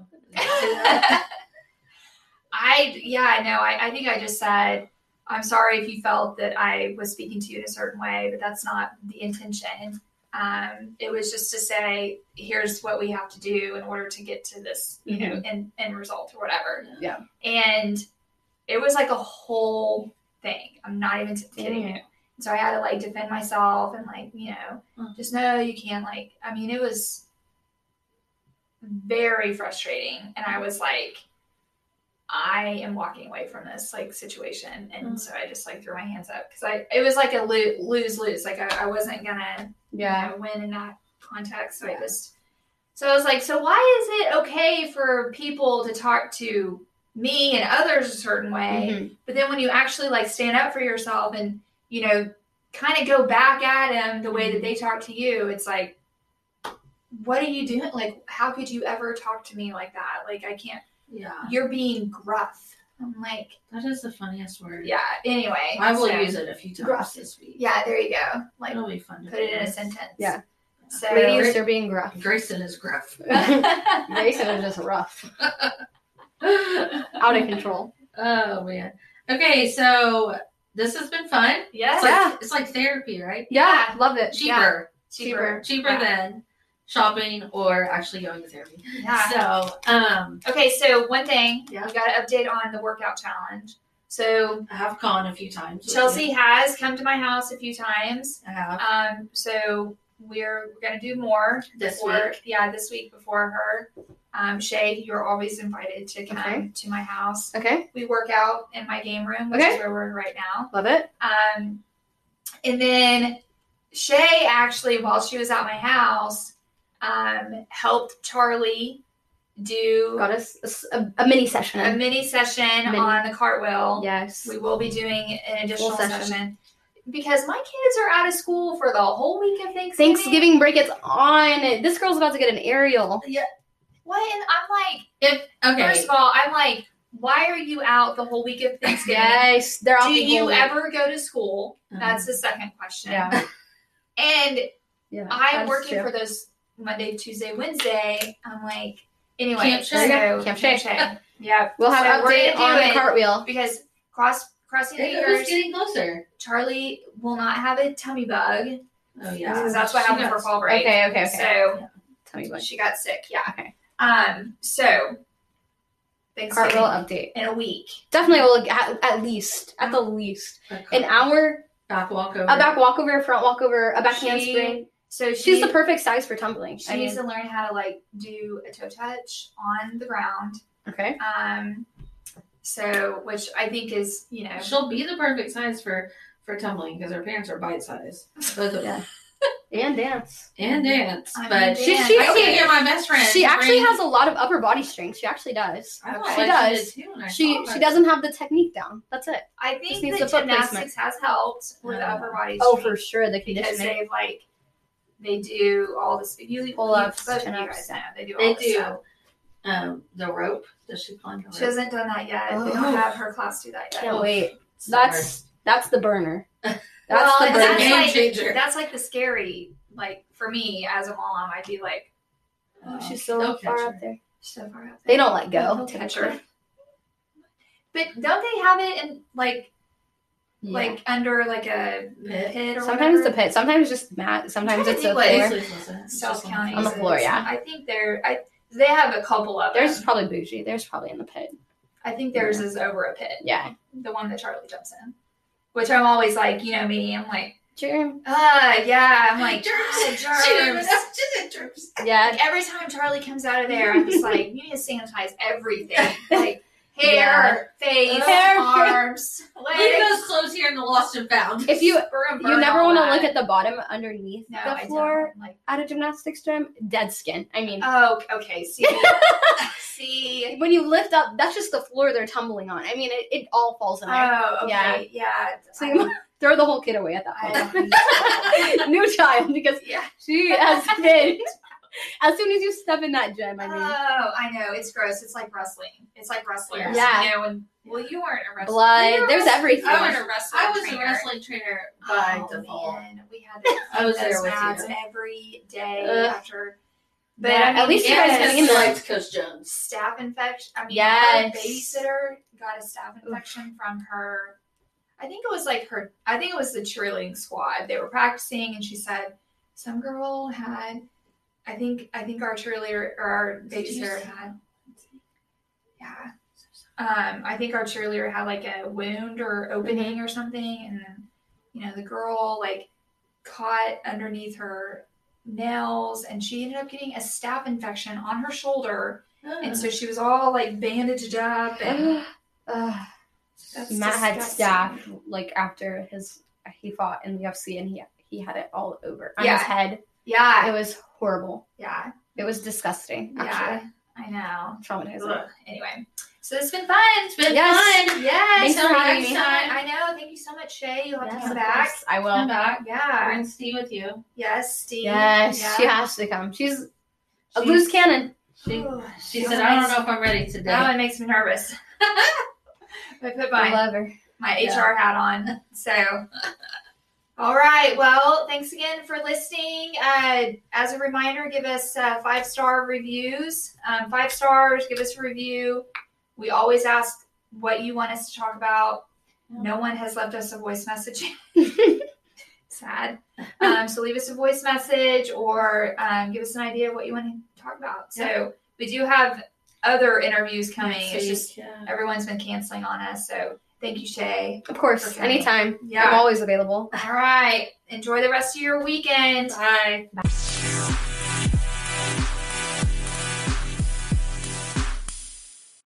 Speaker 2: I, yeah, no, I, I think I just said, I'm sorry if you felt that I was speaking to you in a certain way, but that's not the intention. Um, it was just to say, here's what we have to do in order to get to this, you know, end, end result or whatever.
Speaker 3: Yeah.
Speaker 2: And it was like a whole thing. I'm not even kidding you. So I had to like defend myself and like, you know,
Speaker 1: Mm.
Speaker 2: just no, you can't like I mean, it was very frustrating and I was like I am walking away from this like situation and
Speaker 1: Mm.
Speaker 2: so I just like threw my hands up cuz I it was like a lose lose like I, I wasn't going to
Speaker 3: Yeah.
Speaker 2: know, win in that context. So
Speaker 3: Yeah.
Speaker 2: I just, so I was like, so why is it okay for people to talk to me and others a certain way,
Speaker 3: Mhm.
Speaker 2: but then when you actually like stand up for yourself and you know, kind of go back at them the way
Speaker 3: Mm-hmm.
Speaker 2: that they talk to you, it's like, what are you doing? Like, how could you ever talk to me like that? Like, I can't.
Speaker 1: yeah,
Speaker 2: You're being gruff. I'm like,
Speaker 1: that is the funniest word.
Speaker 2: yeah. Anyway,
Speaker 1: I will
Speaker 2: so-
Speaker 1: use it a few times
Speaker 3: Gruff.
Speaker 1: this week.
Speaker 2: Yeah, there you go. Like,
Speaker 1: It'll be fun to
Speaker 2: put it in a
Speaker 1: do.
Speaker 2: sentence.
Speaker 3: Oh, Yeah.
Speaker 2: So.
Speaker 3: Ladies, they're being gruff.
Speaker 1: Grayson is gruff.
Speaker 3: Grayson is just rough, out of control.
Speaker 1: Oh man. Okay, so this has been fun. It's
Speaker 2: Yes.
Speaker 1: like,
Speaker 3: Yeah.
Speaker 1: it's like therapy, right?
Speaker 3: Yeah, love it.
Speaker 1: Cheaper,
Speaker 2: Cheaper.
Speaker 1: cheaper
Speaker 2: Yeah.
Speaker 1: than shopping or actually going to therapy.
Speaker 2: Yeah.
Speaker 1: So, um,
Speaker 2: okay, so one thing
Speaker 1: Yeah.
Speaker 2: we got to update on the workout challenge. So
Speaker 1: I have gone a few times. with
Speaker 2: Chelsea
Speaker 1: you.
Speaker 2: has come to my house a few times.
Speaker 1: I have
Speaker 2: Um, so we're gonna do more
Speaker 1: this
Speaker 2: before-
Speaker 1: week.
Speaker 2: Yeah, this week before her. Um, Shay, you're always invited to come
Speaker 3: Okay.
Speaker 2: to my house.
Speaker 3: Okay,
Speaker 2: We work out in my game room, which
Speaker 3: Okay.
Speaker 2: is where we're right now.
Speaker 3: love it.
Speaker 2: Um, and then Shay actually, while she was at my house, um, helped Charlie do
Speaker 3: Got us a s- a, a mini session.
Speaker 2: a mini session
Speaker 3: Mini.
Speaker 2: on the cartwheel.
Speaker 3: yes.
Speaker 2: We will be doing an additional
Speaker 3: Full session.
Speaker 2: session. because my kids are out of school for the whole week of Thanksgiving.
Speaker 3: Thanksgiving break, it's on. This girl's about to get an aerial.
Speaker 2: What? And I'm like,
Speaker 1: If okay,
Speaker 2: first of all, I'm like, why are you out the whole week of Thanksgiving?
Speaker 3: Yes, they're off
Speaker 2: Do
Speaker 3: the
Speaker 2: you
Speaker 3: whole- Mm-hmm.
Speaker 2: ever go to school?
Speaker 1: Mhm.
Speaker 2: That's the second question.
Speaker 3: Yeah,
Speaker 2: And
Speaker 3: yeah.
Speaker 2: I'm
Speaker 3: that's
Speaker 2: working
Speaker 3: true.
Speaker 2: for those Monday, Tuesday, Wednesday. I'm like, anyway,
Speaker 1: Camp Shay.
Speaker 2: so-
Speaker 3: Camp Shay.
Speaker 2: yeah,
Speaker 3: We'll have an
Speaker 2: So we're
Speaker 3: update
Speaker 2: gonna
Speaker 3: on
Speaker 2: do
Speaker 3: the
Speaker 2: it.
Speaker 3: cartwheel.
Speaker 2: because cross crossing
Speaker 1: Um, it, it was
Speaker 2: fingers,
Speaker 1: getting closer.
Speaker 2: Charlie will not have a tummy bug
Speaker 1: Oh yeah,
Speaker 2: because that's what
Speaker 1: She
Speaker 2: happened for
Speaker 1: got-
Speaker 2: fall break.
Speaker 3: Okay, okay, okay.
Speaker 2: So
Speaker 3: Tell me what.
Speaker 2: she got sick. Yeah.
Speaker 3: Okay.
Speaker 2: Um. So Thanksgiving
Speaker 3: Cartwheel update.
Speaker 2: in a week.
Speaker 3: Definitely, we'll at, at least, at the least,
Speaker 1: a
Speaker 3: an hour
Speaker 1: back walk over.
Speaker 3: a back walkover, a front walkover, a back
Speaker 2: She-
Speaker 3: handspring.
Speaker 2: So she,
Speaker 3: She's the perfect size for tumbling.
Speaker 2: she
Speaker 3: I
Speaker 2: needs
Speaker 3: mean,
Speaker 2: to learn how to like do a toe touch on the ground.
Speaker 3: okay.
Speaker 2: Um, so which I think is you know
Speaker 1: She'll be the perfect size for for tumbling because her parents are bite size. Both of them.
Speaker 3: And dance.
Speaker 1: And dance.
Speaker 2: I mean,
Speaker 1: But
Speaker 2: dance.
Speaker 1: she,
Speaker 3: she-
Speaker 1: I
Speaker 3: okay.
Speaker 1: can't get my best friend.
Speaker 3: She
Speaker 1: to
Speaker 3: actually
Speaker 1: bring-
Speaker 3: has a lot of upper body strength. She actually does.
Speaker 1: I
Speaker 2: She
Speaker 1: thought she
Speaker 3: does.
Speaker 1: does. Too, and I
Speaker 3: She
Speaker 1: thought
Speaker 3: she
Speaker 1: that-
Speaker 3: doesn't have the technique down. That's it.
Speaker 2: I
Speaker 3: Just
Speaker 2: think
Speaker 3: needs
Speaker 2: that
Speaker 3: the foot
Speaker 2: gymnastics has helped with the
Speaker 1: Uh,
Speaker 2: upper body.
Speaker 3: Oh,
Speaker 2: strength
Speaker 3: for sure. The
Speaker 2: because
Speaker 3: conditioning.
Speaker 2: they've like they do all this. You
Speaker 3: Pull-ups,
Speaker 2: both of you
Speaker 3: chin-ups.
Speaker 2: guys know they do. All
Speaker 1: They
Speaker 2: this
Speaker 1: do.
Speaker 2: stuff.
Speaker 1: Um, the rope. Does she climb the rope?
Speaker 2: She hasn't done that yet. They
Speaker 3: Oh.
Speaker 2: don't have her class do that yet.
Speaker 3: Can't wait.
Speaker 1: It's the worst.
Speaker 3: That's that's the burner. That's
Speaker 2: Well,
Speaker 3: the
Speaker 2: and
Speaker 1: It's a
Speaker 3: burner.
Speaker 2: that's
Speaker 1: game
Speaker 2: like-
Speaker 1: changer.
Speaker 2: That's like the scary. Like for me as a mom, I'd be like
Speaker 3: Oh,
Speaker 1: Oh,
Speaker 3: she's so
Speaker 1: they'll catch
Speaker 3: far
Speaker 1: her.
Speaker 3: up there.
Speaker 2: so far up.
Speaker 3: They don't let go.
Speaker 2: They'll catch her. But don't they have it in like
Speaker 3: Like
Speaker 2: like under like a
Speaker 1: Pit.
Speaker 2: pit or
Speaker 3: sometimes
Speaker 2: whatever?
Speaker 3: the pit, sometimes just mat, sometimes
Speaker 2: trying
Speaker 3: it's
Speaker 2: to
Speaker 3: the
Speaker 2: think what-
Speaker 3: floor.
Speaker 1: Paisley's wasn't. It's
Speaker 2: South
Speaker 1: just on
Speaker 2: County
Speaker 3: On the
Speaker 2: is-
Speaker 3: floor, yeah.
Speaker 2: I think they're. I they have a couple of
Speaker 3: There's
Speaker 2: them.
Speaker 3: probably bougie. There's probably in the pit.
Speaker 2: I think theirs is over a pit,
Speaker 3: Yeah.
Speaker 2: the one that Charlie jumps in. Which I'm always like, you know me, I'm like,
Speaker 3: Sure.
Speaker 2: ah, yeah, I'm like,
Speaker 1: Germs.
Speaker 2: "Ah,
Speaker 1: She didn't even
Speaker 2: germs."
Speaker 1: know. She said germs.
Speaker 3: Yeah.
Speaker 2: Like, every time Charlie comes out of there, I'm just like, you need to sanitize everything, like
Speaker 3: Yeah.
Speaker 2: hair, face,
Speaker 3: Hair.
Speaker 2: arms,
Speaker 1: Leave
Speaker 2: legs.
Speaker 1: those clothes here in the lost and found.
Speaker 3: If you
Speaker 2: We're gonna
Speaker 3: you
Speaker 2: burn
Speaker 3: never
Speaker 2: all
Speaker 3: want to
Speaker 2: that.
Speaker 3: look at the bottom underneath
Speaker 2: no, I
Speaker 3: the floor
Speaker 2: Don't. Like,
Speaker 3: at a gymnastics gym, dead skin. I mean,
Speaker 2: oh, okay, see, see.
Speaker 3: when you lift up, that's just the floor they're tumbling on. I mean, it, it all falls in there.
Speaker 2: Oh, okay,
Speaker 3: Yeah.
Speaker 2: yeah. yeah.
Speaker 3: So you Throw the whole kid away at that
Speaker 2: I
Speaker 3: point.
Speaker 2: don't need to-
Speaker 3: New child because
Speaker 2: yeah.
Speaker 3: she has been. As soon as you step in that gym, I mean,
Speaker 2: Oh, I know. It's gross. It's like wrestling. It's like wrestlers.
Speaker 3: Yeah.
Speaker 2: You know, and, well, you weren't a wrestler.
Speaker 3: blood.
Speaker 2: you were a
Speaker 3: There's
Speaker 2: wrestler-
Speaker 3: everything.
Speaker 2: You weren't a wrestler.
Speaker 1: I was a
Speaker 2: trainer.
Speaker 1: wrestling trainer by
Speaker 2: Oh,
Speaker 1: default.
Speaker 2: man, We had to
Speaker 1: I was there
Speaker 2: those
Speaker 1: with
Speaker 2: mats
Speaker 1: you.
Speaker 2: every day
Speaker 3: Ugh.
Speaker 2: after. But
Speaker 3: Yeah,
Speaker 2: I mean,
Speaker 3: at least you
Speaker 1: And
Speaker 3: guys
Speaker 1: because
Speaker 3: came
Speaker 1: she
Speaker 3: in.
Speaker 1: liked Coach Jones.
Speaker 2: Staff infection. I mean,
Speaker 3: Yes.
Speaker 2: her babysitter got a staff infection from her. I think it was like her. I think it was the cheerleading squad. They were practicing, and she said some girl had. I think I think our cheerleader or our babysitter had. Yeah. Um, I think our cheerleader had like a wound or
Speaker 3: Mm-hmm.
Speaker 2: opening or something, and then you know the girl like caught underneath her nails, and she ended up getting a staph infection on her shoulder. And so she was all like bandaged up and
Speaker 3: Ugh.
Speaker 2: that's
Speaker 3: Matt had
Speaker 2: Uh, disgusting.
Speaker 3: staff like after his he fought in the UFC and he he had it all over on
Speaker 2: Yeah.
Speaker 3: his head. It
Speaker 2: Yeah,
Speaker 3: was horrible.
Speaker 2: yeah,
Speaker 3: It was disgusting.
Speaker 2: yeah.
Speaker 3: Actually,
Speaker 2: I know.
Speaker 3: traumatizing.
Speaker 2: Ugh. Anyway, so it's been fun.
Speaker 1: it's been
Speaker 3: Yes.
Speaker 1: fun.
Speaker 2: Yes.
Speaker 3: Thanks
Speaker 1: Until
Speaker 3: for having
Speaker 1: next
Speaker 3: me.
Speaker 1: time.
Speaker 2: I know. Thank you so much, Shay. You'll have
Speaker 3: Yes,
Speaker 2: to come
Speaker 3: of
Speaker 2: back.
Speaker 3: course, I
Speaker 1: Come
Speaker 3: will.
Speaker 1: back.
Speaker 2: Yeah.
Speaker 1: Bring Steve with you.
Speaker 2: Yes, Steve.
Speaker 3: Yes,
Speaker 2: Yeah.
Speaker 3: she has to come. She's a
Speaker 1: She-
Speaker 3: loose cannon.
Speaker 1: She,
Speaker 2: Ooh,
Speaker 1: she
Speaker 2: that
Speaker 1: said,
Speaker 2: one
Speaker 1: I don't
Speaker 2: makes-
Speaker 1: know if I'm ready today.
Speaker 2: That one makes me nervous. I put
Speaker 3: I
Speaker 2: my,
Speaker 3: love her.
Speaker 2: my
Speaker 1: Yeah.
Speaker 2: HR hat on. So, all right. Well, thanks again for listening. Uh, as a reminder, give us uh, five star reviews. Um, five stars, give us a review. We always ask what you want us to talk about. No one has left us a voice message. Sad. Um, so leave us a voice message or um, give us an idea of what you want to talk about. So we do have other interviews coming.
Speaker 1: So
Speaker 2: it's
Speaker 1: you
Speaker 2: just
Speaker 1: can-
Speaker 2: everyone's been canceling on us. So thank you, Shay.
Speaker 3: Of course,
Speaker 2: Okay.
Speaker 3: anytime. I'm
Speaker 2: Yeah.
Speaker 3: always available.
Speaker 2: All right. Enjoy the rest of your weekend.
Speaker 1: Bye.
Speaker 3: Bye.